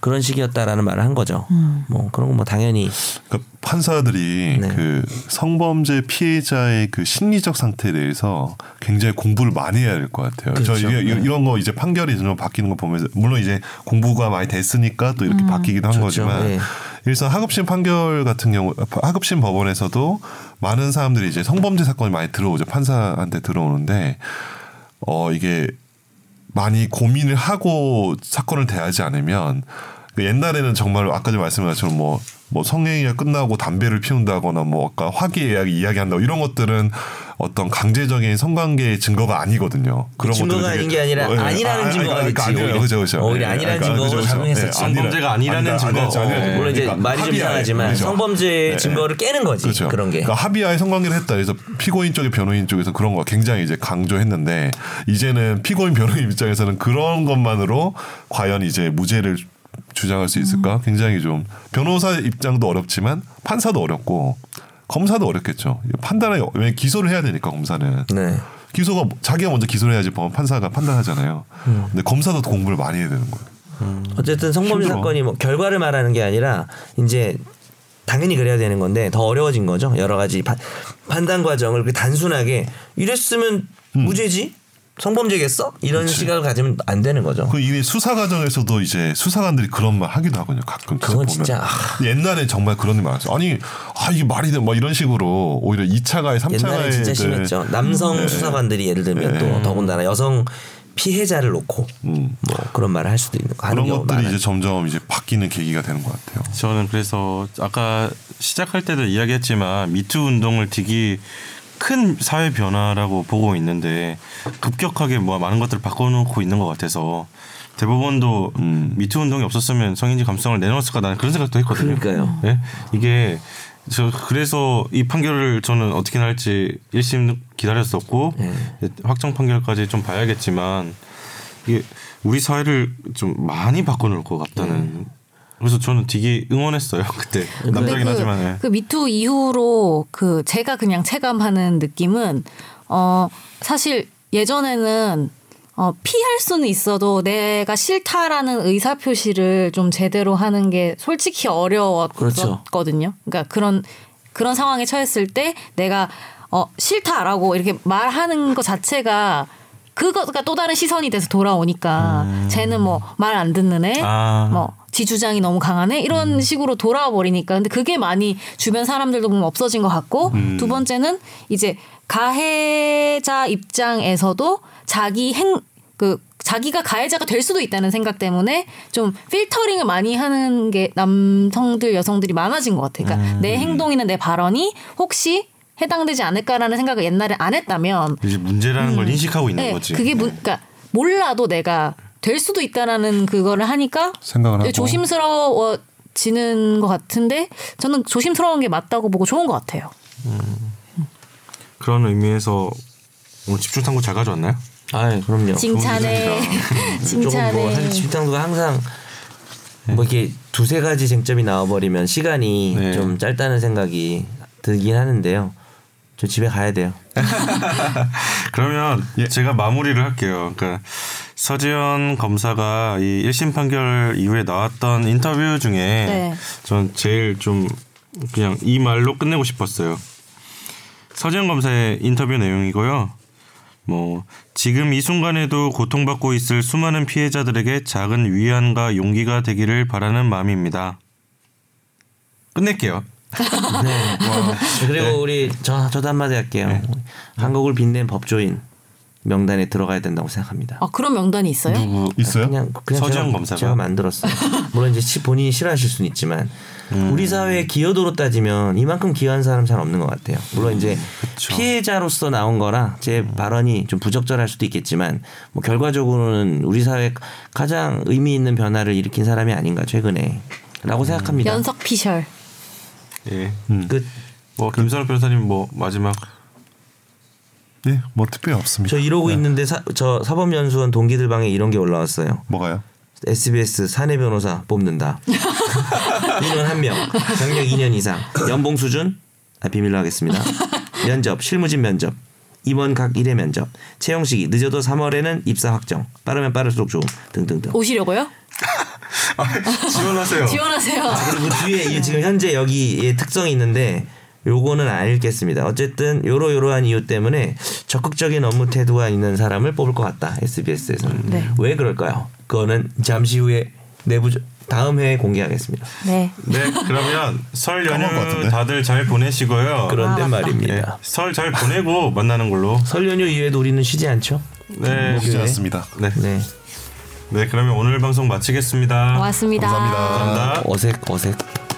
B: 그런 식이었다라는 말을 한 거죠. 뭐 그런 건 뭐 당연히
D: 그러니까 판사들이
B: 네.
D: 그 성범죄 피해자의 그 심리적 상태에 대해서 굉장히 공부를 많이 해야 될 것 같아요. 저
B: 그렇죠.
D: 이게 이- 이런 거 이제 판결이 점점 바뀌는 거 보면서 물론 이제 공부가 많이 됐으니까 또 이렇게 바뀌기도 한
B: 음, 좋죠.
D: 거지만
B: 네.
D: 일선 하급심 판결 같은 경우 하급심 법원에서도 많은 사람들이 이제 성범죄 사건이 많이 들어오죠. 판사한테 들어오는데 어 이게 많이 고민을 하고 사건을 대하지 않으면 그 옛날에는 정말 아까 전에 말씀하신 것처럼 뭐, 뭐 성행위가 끝나고 담배를 피운다거나 뭐 아까 화기애애하게 이야기한다 이런 것들은 어떤 강제적인 성관계의 증거가 아니거든요. 그런
B: 증거가
D: 것들은
B: 아닌
D: 되게-
B: 게 아니라
D: 예,
B: 아니라는
D: 아, 아,
B: 증거가
D: 그러니까
B: 있지,
D: 아니라는
B: 오히려.
D: 그죠 그죠.
B: 오히려
D: 예,
B: 아니라는
D: 그러니까
B: 증거로
D: 그죠, 그죠.
B: 작용했었지.
D: 예, 아니라-
A: 성범죄가 아니라는
D: 아니다,
A: 증거.
D: 아니라는
A: 예.
D: 증거.
B: 뭐 물론 이제
D: 그러니까
B: 말이 좀
D: 합의하에,
B: 이상하지만
D: 그죠.
B: 성범죄의
D: 예, 예.
B: 증거를 깨는 거지.
D: 그렇죠.
B: 그런 게.
D: 그러니까 합의하에 성관계를 했다. 그래서 피고인 쪽에 변호인 쪽에서 그런 거 굉장히 이제 강조했는데 이제는 피고인 변호인 입장에서는 그런 것만으로 과연 이제 무죄를 주장할 수
B: 음.
D: 있을까? 굉장히 좀 변호사 입장도 어렵지만 판사도 어렵고 검사도 어렵겠죠. 판단을 왜 기소를 해야 되니까 검사는
B: 네.
D: 기소가 자기가 먼저 기소를 해야지 법원 판사가 판단하잖아요.
B: 음.
D: 근데 검사도 공부를 많이 해야 되는 거예요.
B: 어쨌든 성범죄
D: 힘들어.
B: 사건이 뭐 결과를 말하는 게 아니라 이제 당연히 그래야 되는 건데 더 어려워진 거죠. 여러 가지 파- 판단 과정을 그 단순하게 이랬으면
D: 음.
B: 무죄지? 성범죄겠어? 이런 시각을 가지면 안 되는 거죠.
D: 그 이미 수사 과정에서도 이제 수사관들이 그런 말 하기도 하거든요. 가끔 계속
B: 그건
D: 보면
B: 진짜, 아.
D: 옛날에 정말 그런 일 많았어요. 아니 아 이게 말이 돼? 막 이런 식으로
B: 그
D: 오히려 2차 가해, 3차
B: 네.
D: 가해
B: 옛날에 진짜 심했죠. 남성 수사관들이 예를 들면 또 더군다나 여성 피해자를 놓고
D: 음.
B: 뭐 그런 말을 할 수도 있는 거 하는
D: 그런
B: 경우가
D: 것들이
B: 많아요.
D: 이제 점점 이제 바뀌는 계기가 되는 것 같아요.
A: 저는 그래서 아까 시작할 때도 이야기했지만 미투 운동을 되게 큰 사회 변화라고 보고 있는데 급격하게 뭐 많은 것들을 바꿔놓고 있는 것 같아서 대법원도
D: 음.
A: 미투 운동이 없었으면 성인지 감성을 내놓았을까 나는 그런 생각도 했거든요.
B: 그러니까요.
A: 예? 이게 저 그래서 이 판결을 저는 어떻게 날지 1심 기다렸었고
C: 예.
A: 확정 판결까지 좀 봐야겠지만 이게 우리 사회를 좀 많이 바꿔놓을 것 같다는 그래서 저는 되게 응원했어요 그때 남자긴
C: 예. 그,
A: 하지만 예.
C: 그 미투 이후로 그 제가 그냥 체감하는 느낌은 어 사실 예전에는 어 피할 수는 있어도 내가 싫다라는 의사 표시를 좀 제대로 하는 게 솔직히
B: 그렇죠.
C: 어려웠거든요. 그러니까 그런 그런 상황에 처했을 때 내가 어 싫다라고 이렇게 말하는 것 자체가 그거가 그러니까 또 다른 시선이 돼서 돌아오니까
A: 음.
C: 쟤는 뭐 말 안 듣는 애,
A: 아.
C: 뭐 지주장이 너무 강하네 이런 식으로 돌아와 버리니까 근데 그게 많이 주변 사람들도 보면 없어진 것 같고 두 번째는 이제 가해자 입장에서도 자기 행 그 자기가 가해자가 될 수도 있다는 생각 때문에 좀 필터링을 많이 하는 게 남성들 여성들이 많아진 것 같아요. 그러니까 내 행동이나 내 발언이 혹시 해당되지 않을까라는 생각을 옛날에 안 했다면
A: 이제 문제라는 걸 인식하고 있는
C: 네,
A: 거지
C: 그게 뭐,
A: 네.
C: 그러니까 몰라도 내가 될 수도 있다라는 그거를 하니까
D: 생각을 하고.
C: 조심스러워지는 것 같은데 저는 조심스러운 게 맞다고 보고 좋은 것 같아요.
A: 그런 의미에서 오늘 집중 탐구 잘 가져왔나요?
B: 아, 그럼요.
C: 칭찬해,
B: 조금 뭐
C: 칭찬해.
B: 사실 집장도가 항상 뭐 이렇게 두세 가지 쟁점이 나와버리면 시간이
A: 네.
B: 좀 짧다는 생각이 들긴 하는데요. 저 집에 가야 돼요.
A: 그러면 제가 마무리를 할게요. 그러니까 서지현 검사가 이 1심 판결 이후에 나왔던 인터뷰 중에
C: 네.
A: 전 제일 좀 그냥 이 말로 끝내고 싶었어요. 서지현 검사의 인터뷰 내용이고요. 뭐 지금 이 순간에도 고통받고 있을 수많은 피해자들에게 작은 위안과 용기가 되기를 바라는 마음입니다. 끝낼게요.
B: 그리고 우리 저 저도 한마디 할게요. 한국을 빛낸 법조인 명단에 들어가야 된다고 생각합니다.
C: 아 그런 명단이 있어요?
D: 있어요?
B: 그냥 그냥
A: 서지영
B: 제가,
A: 검사가?
B: 제가 만들었어요. 물론 이제 시- 본인이 싫어하실 수는 있지만
A: 음.
B: 우리 사회의 기여도로 따지면 이만큼 기여한 사람 잘 없는 것 같아요. 물론 이제
A: 음,
B: 피해자로서 나온 거라 제 발언이 좀 부적절할 수도 있겠지만 뭐 결과적으로는 우리 사회 가장 의미 있는 변화를 일으킨 사람이 아닌가
A: 음.
B: 최근에라고 생각합니다.
C: 연석 피셜.
A: 예.
B: 끝.
A: 뭐 김선호 변호사님 뭐 마지막
D: 네, 뭐 특별히 없습니다. 네.
B: 저 이러고
A: 네.
B: 있는데 사, 저 사법연수원 동기들 방에 이런 게 올라왔어요.
D: 뭐가요?
B: SBS 사내 변호사 뽑는다. 인원 한 명, 경력 2년 이상, 연봉 수준 아, 비밀로 하겠습니다. 면접, 실무진 면접. 이번 각 1회 면접, 채용 시기 늦어도 3월에는 입사 확정, 빠르면 빠를수록 좋음 등등등.
C: 오시려고요?
A: 아, 지원하세요.
C: 지원하세요.
B: 그리고 뒤에 이 지금 현재 여기에 특성이 있는데 요거는 안 읽겠습니다. 어쨌든 요러 요러한 이유 때문에 적극적인 업무 태도가 있는 사람을 뽑을 것 같다. SBS에서는
C: 네.
B: 왜 그럴까요? 그거는 잠시 후에 내부 다음 회에 공개하겠습니다.
C: 네.
A: 네, 그러면 설
D: 까먹은 것
A: 연휴
D: 같은데?
A: 다들 잘 보내시고요.
B: 그런데
C: 아, 맞다.
A: 네,
B: 말입니다.
A: 설 잘 보내고 만나는 걸로.
B: 설 연휴 이외에도 우리는 쉬지 않죠?
A: 네,
D: 없지 않습니다.
A: 네,
B: 네.
A: 네, 그러면 오늘 방송 마치겠습니다.
C: 고맙습니다.
D: 감사합니다.
A: 감사합니다.
B: 어색 어색.